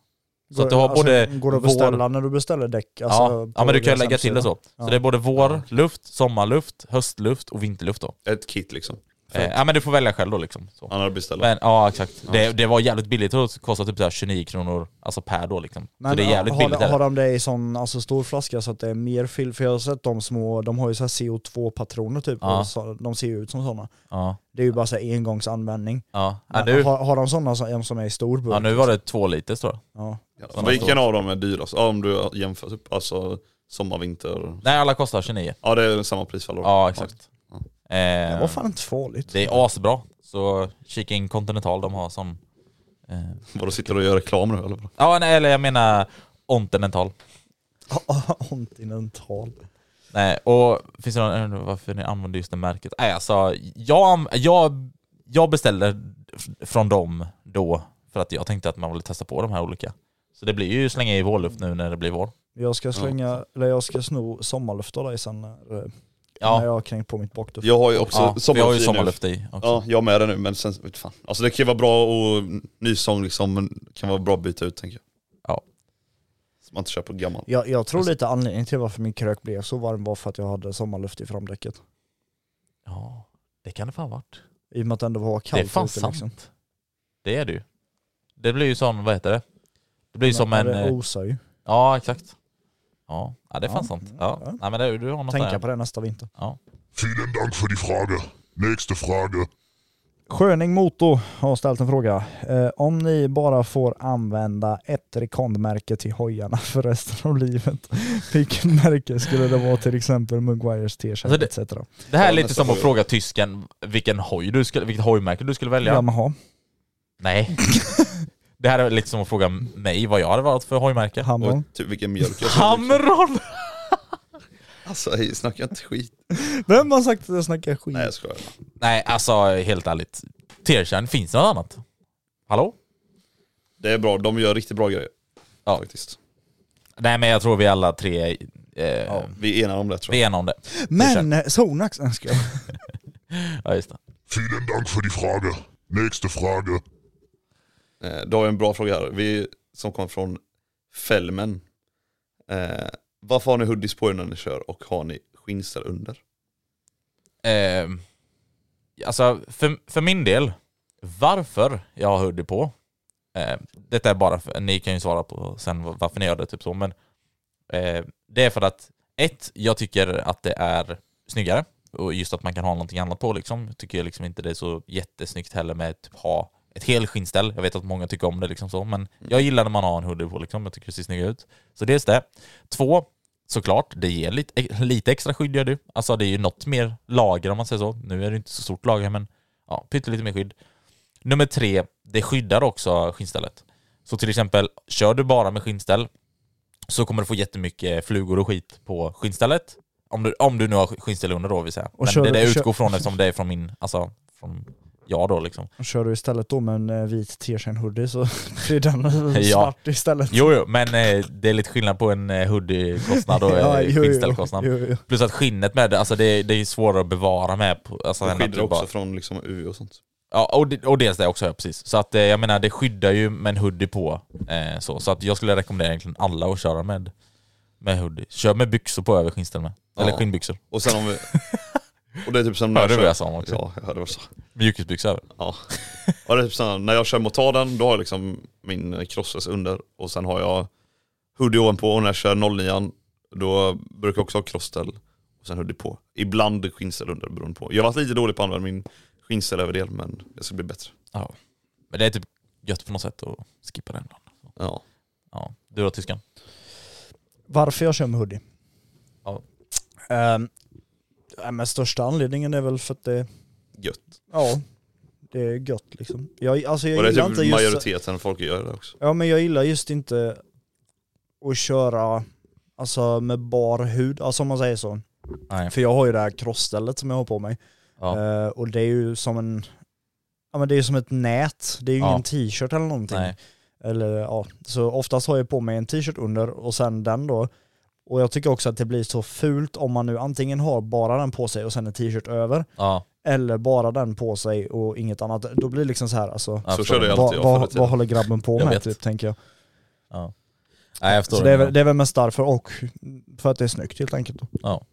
Så
Går-
att du har
alltså,
både
Går det att beställa
vår...
när du beställer däck? Alltså,
ja, ja men du kan ju lägga till det så.
Ja.
Så det är både vår, luft, sommarluft, höstluft och vinterluft då.
Ett kit liksom.
Eh, ja men du får välja själv då liksom. Så.
Han hade beställt.
Men, ja exakt. Det, det var jävligt billigt, det kostade typ så här 29 kronor alltså per då liksom. så det är jävligt
har,
billigt. är det.
har de det i sån alltså, stor flaska så att det är mer fyll? För jag har sett de små, de har ju så här CO2-patroner typ,
Ja.
och så, de ser ju ut som sådana.
Ja,
Det är ju bara så här engångsanvändning.
ja.
Men
Ja, nu,
har, har de sådana som, som är i stor burk?
ja nu var det två liter tror jag.
Ja.
Ja, vilken av dem är dyrast? Ja, om du jämför typ, alltså sommar, vinter.
Nej alla kostar 29.
Ja det är samma prisfall då.
Ja exakt. Eh,
Det var fan inte farligt.
Det är asbra. Så kika in Continental, de har sån... Eh.
Vadå sitter du och gör reklam nu eller? vadå?
Ja, nej, eller jag menar Ontinental.
[laughs]
eh,
Continental.
Nej, och finns det någon, jag undrar varför ni använder just det märket? Nej, alltså jag, anv- jag, jag beställer f- från dem då för att jag tänkte att man ville testa på de här olika. Så det blir ju slänga i vårluft nu när det blir vår.
Jag ska slänga, eller jag ska sno sommarluft av dig sen när, eh,
Ja.
när jag har kränkt på mitt bakduft.
Jag har ju också
Ja, för jag har ju
nu.
sommarluft i också.
Ja, jag med det nu men sen, vet fan. Alltså det kan ju vara bra och ny sång liksom, men kan vara bra att byta ut tänker jag.
Ja.
Så man inte kör på gammal.
Jag, jag tror lite anledningen till varför min krök blev så varm var för att jag hade sommarluft i framdäcket.
ja, det kan det fan varit.
I och med att det ändå var
Det
kallt
är fan
ute
sant.
liksom.
Det är det ju. Det blir ju sån, vad heter det? Det blir ju som
Men
en... eh,
Det osar ju.
Ja, exakt. Ja, ja det är fan
Ja,
sant. Ja.
ja.
Nej, men det, du har något
Tänka
där.
på det nästa vinter.
Ja.
Vielen Dank für die Frage. Nächste Frage.
Sköning Motor har ställt en fråga. Eh, om ni bara får använda ett rekondmärke till hojarna för resten av livet, [laughs] vilket märke skulle det vara till exempel Mugwires t-shirt
Alltså det-
etc?
Det här är
Ja,
lite
nästa
som att
fråga.
fråga tysken vilken hoj du skulle, vilket hojmärke du skulle välja.
Yamaha,
Nej. det här är lite som att fråga mig vad jag hade valt för hojmärke.
Hamron.
Och typ vilken
[laughs]
mjölk jag
Hamron!
Alltså hej, snacka inte skit.
Mm.
Vem har sagt att jag snackar skit?
Nej jag skojar.
Nej, alltså helt ärligt. Terkärn, finns det något annat? Hallå?
Det är bra, de gör riktigt bra grejer.
Ja.
Faktiskt.
Nej, men jag tror vi alla tre eh,
Vi är eniga om det tror
vi
jag.
är eniga om det.
Men eh, Sonax önskar jag.
Ja, just det.
Vielen Dank für die Frage. Nächste Frage.
Eh, Då har jag en bra fråga här. Vi som kommer från Fällmen. Eh, varför har ni hoodies på er när ni kör och har ni skinsar under?
Eh, alltså, för, för min del, varför jag har hoodie på, eh, detta är bara för, ni kan ju svara på sen var- varför ni gör det, typ ehm, så, men eh, det är för att ett, jag tycker att det är snyggare och just att man kan ha någonting annat på liksom, tycker jag liksom inte det är så jättesnyggt heller med typ ha ett helskinnställ. Jag vet att många tycker om det liksom så, men jag gillar när man har en hoodie på liksom. Jag tycker det ser snyggt ut. Så dels det. Två, såklart, det ger lite, lite extra skydd gör du. Alltså det är ju något mer lager om man säger så. Nu är det inte så stort lager, men ja, pyttelite mer skydd. Nummer tre, det skyddar också skinnstället. Så till exempel, kör du bara med skinnställ så kommer du få jättemycket flugor och skit på skinnstället. Om du, om du nu har skinnställ under då vill säga.
Och
Men
kör
det,
du-
det
kör-
utgår från eftersom det är från min, alltså från jag då liksom.
Och Kör du istället då med en eh, vit t-shirt hoodie så [laughs] blir den
Ja.
svart istället.
Jo, jo, men eh, det är lite skillnad på en eh, hoodie-kostnad
[laughs]
och
Ja,
ja,
jo, jo,
skinnställkostnad.
jo, jo.
Plus att skinnet med det, alltså det, det är svårare att bevara med. på- Alltså,
Det
än att
skiljer
du
också
bara-
från liksom UV och sånt.
Ja, och, det- och dels det också, ja, precis. Så att eh, jag menar, det skyddar ju med en hoodie på. Eh, så så att jag skulle rekommendera egentligen alla att köra med, med hoodie. Kör med byxor på över skinnställ med. Eller
Ja.
skinnbyxor.
Och sen om
[laughs]
vi... Och det är typ som...
Hörde du
kör-
vad jag sa om också?
Ja, jag hörde vad du sa.
Mjukisbyxor över.
Ja. Och det är typ såhär, när jag kör motardern, då har jag liksom min eh, crosses under och sen har jag hoodie ovanpå och när jag kör 09 då brukar jag också ha crossställ och sen hoodie på. Ibland skinnställ under beroende på. Jag har varit lite dålig på att använda min skinnställdel men jag ska bli bättre.
Ja. Men det är typ gött på något sätt att skippa den.
Ja.
Ja. Du då tyskan?
Varför jag kör med hoodie?
Ja.
Ehm, nej, men största anledningen är väl för att det,
Gött.
ja, det är gött liksom. Jag, alltså jag
Och det
gillar
är
inte
typ
just...
majoriteten av folk gör det också.
Ja men jag gillar just inte att köra alltså med bar hud, alltså om man säger så.
Nej.
För jag har ju det här krossstället som jag har på mig.
Ja.
Eh, och det är ju som en, ja men det är ju som ett nät, det är ju
Ja.
ingen t-shirt eller någonting.
Nej.
Eller ja, så oftast har jag på mig en t-shirt under och sen den då. Och jag tycker också att det blir så fult om man nu antingen har bara den på sig och sen en t-shirt över,
Ja.
eller bara den på sig och inget annat. Då blir det liksom så här alltså,
jag
så
förstår
körde jag
vad,
alltid jag förr i
vad, vad
tiden.
håller grabben på
Jag
med
vet.
typ tänker jag.
Nej, jag
Så
förstår
det är,
det,
väl, det är väl mest därför och för att det är snyggt helt enkelt.
Ja.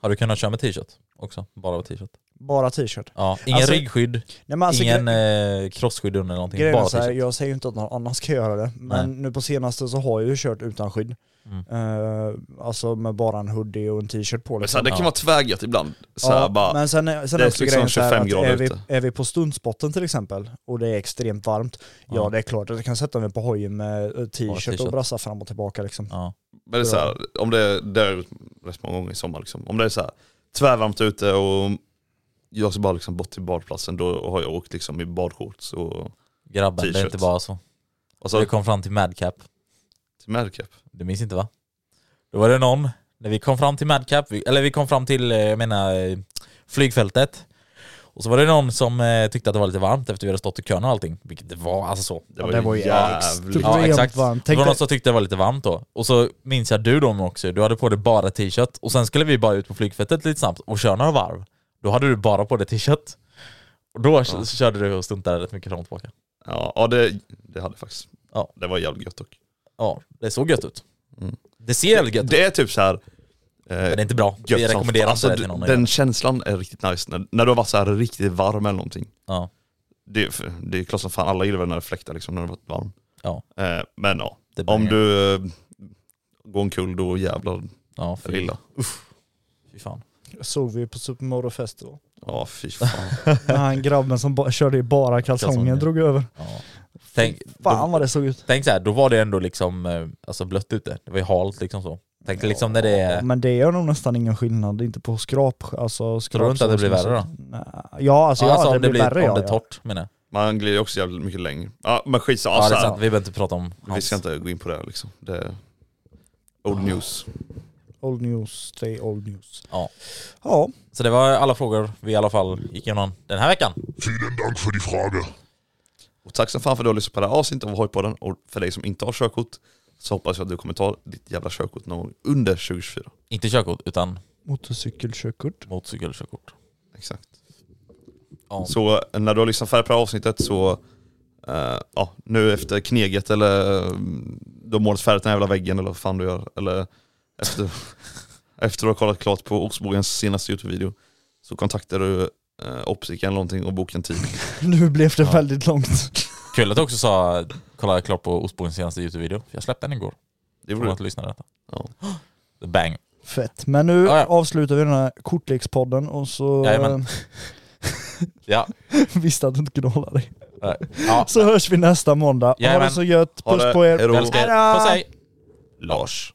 Har du kunnat köra med t-shirt också? Bara med t-shirt?
Bara t-shirt.
Ja. Ingen
Alltså-
ryggskydd,
Nej men alltså
ingen
gre-
eh, crossskydd under någonting.
grejen är
Bara
så här,
t-shirt.
jag säger ju inte att någon annan ska göra det, men
Nej. Mm.
nu på senaste så har jag ju kört utan skydd. Eh, alltså med bara en hoodie och en t-shirt på
Men så
liksom.
här, det kan
Ja.
vara tvärgött ibland. Så här,
ja,
bara,
men sen, är- sen
det
är
är
också
liksom
grejen så här
25
att
grader
är vi,
ute.
är vi på Stundsbotten till exempel och det är extremt varmt, ja,
Ja.
det är klart att jag kan sätta mig på hojen med eh, t-shirt och
t-shirt.
brassa fram och tillbaka liksom.
Ja.
Men det är så här, om det är, det är rätt många gånger i sommar liksom. Om det är så här tvärvarmt ute och jag ska bara liksom bort till badplatsen, då har jag åkt liksom i badshorts och
Grabben, det är
T-shirt.
inte bara så.
alltså,
Du kom fram till Madcap.
till madcap.
Du minns inte va? Då var det någon, när vi kom fram till Madcap, vi- eller vi kom fram till, eh, jag menar, eh, flygfältet. Och så var det någon som eh, tyckte att det var lite varmt efter vi hade stått i kön och allting. Vilket det var, alltså så.
Det
Ja,
var,
det var ju
ju jävligt.
extremt-
Ja.
Ja
Extremt
exakt.
varmt.
Det
Tänk
var
dig-
någon som tyckte det var lite varmt då. Och så minns jag du då också, du hade på dig bara t-shirt och sen skulle vi bara ut på flygfältet lite snabbt och köra några varv. Då hade du bara på dig t-shirt. Och då så körde du och stuntade rätt mycket fram och tillbaka.
Ja, ja det, det hade jag faktiskt.
Ja.
Det var jävligt gött dock.
Ja, det såg gött ut.
Mm.
Det ser jävligt gött ut,
Det är typ så här. eh,
men det är inte bra.
gött
Vi
som-
rekommenderar
alltså,
inte det till någon. att
Den
göra.
känslan är riktigt nice, när, när du har varit så här riktigt varm eller någonting.
Ja.
Det, är- det är klart som fan, alla gillar väl när det fläktar liksom, när det har varit varmt.
Ja.
Eh, men ja,
Det
om
bangar.
du eh, går omkull då jävlar
Ja, fy,
illa.
fy fan.
såg vi på Supermodel Festival.
Ja fy fan.
När han grabben som ba- körde i bara kalsonger,
Kalsonger.
drog över.
Ja. Tänk,
Fan vad det såg ut.
tänk så här, då var det ändå liksom eh, alltså blött ute. Det var ju halt liksom så. Tänk dig liksom när det är...
Men det gör nog nästan ingen skillnad, inte på skrap. Alltså, skrap
Tror du inte att det blir värre då?
Nej. Ja, alltså, ja,
alltså,
det,
om det blir,
värre
om
ja.
det är
ja.
torrt menar jag.
Man glider också jävligt mycket längre. Ja men skit
Ja, det
alltså,
är sant. Vi behöver inte prata om
Vi
hans.
ska inte gå in på det här, liksom. Det är old news.
Old news, stay old news.
Ja.
Ja,
Så det var alla frågor vi i alla fall gick igenom den här veckan.
Vielen Dank für die Frage.
Och tack så fan för att du har lyssnat på det här avsnittet av Hojpodden. Och för dig som inte har körkort så hoppas jag att du kommer ta ditt jävla körkort någon gång under 2024.
Inte körkort, utan
motorcykelkörkort. [laughs]
motorcykelkörkort.
Exakt.
Ja.
Så eh, när du har lyssnat färdigt på det här avsnittet så, eh, ja, nu efter kneget eller mm, du har målat färdigt den här jävla väggen eller vad fan du gör, eller efter, [laughs] efter du har kollat klart på Oxbogens senaste YouTube-video, så kontaktar du eh, Opsica eller någonting och bokar en tid.
Nu blev det väldigt långt. [laughs]
Kul att du också sa, kolla klart på Ostbågens senaste YouTube-video. Jag släppte den igår.
Det
Får man
vore
att lyssna på detta.
Ja.
The [gasps] bang.
Fett. Men nu
Ja, ja.
avslutar vi den här kortlekspodden och så... [laughs]
Jajamän. Ja.
Visste att du inte kunde hålla dig.
ja.
Så hörs vi nästa måndag. Ha
Jajamän.
det så gött.
Ha
Puss
det.
på er.
Hej då.
Jag älskar er. Puss hej!
Lars.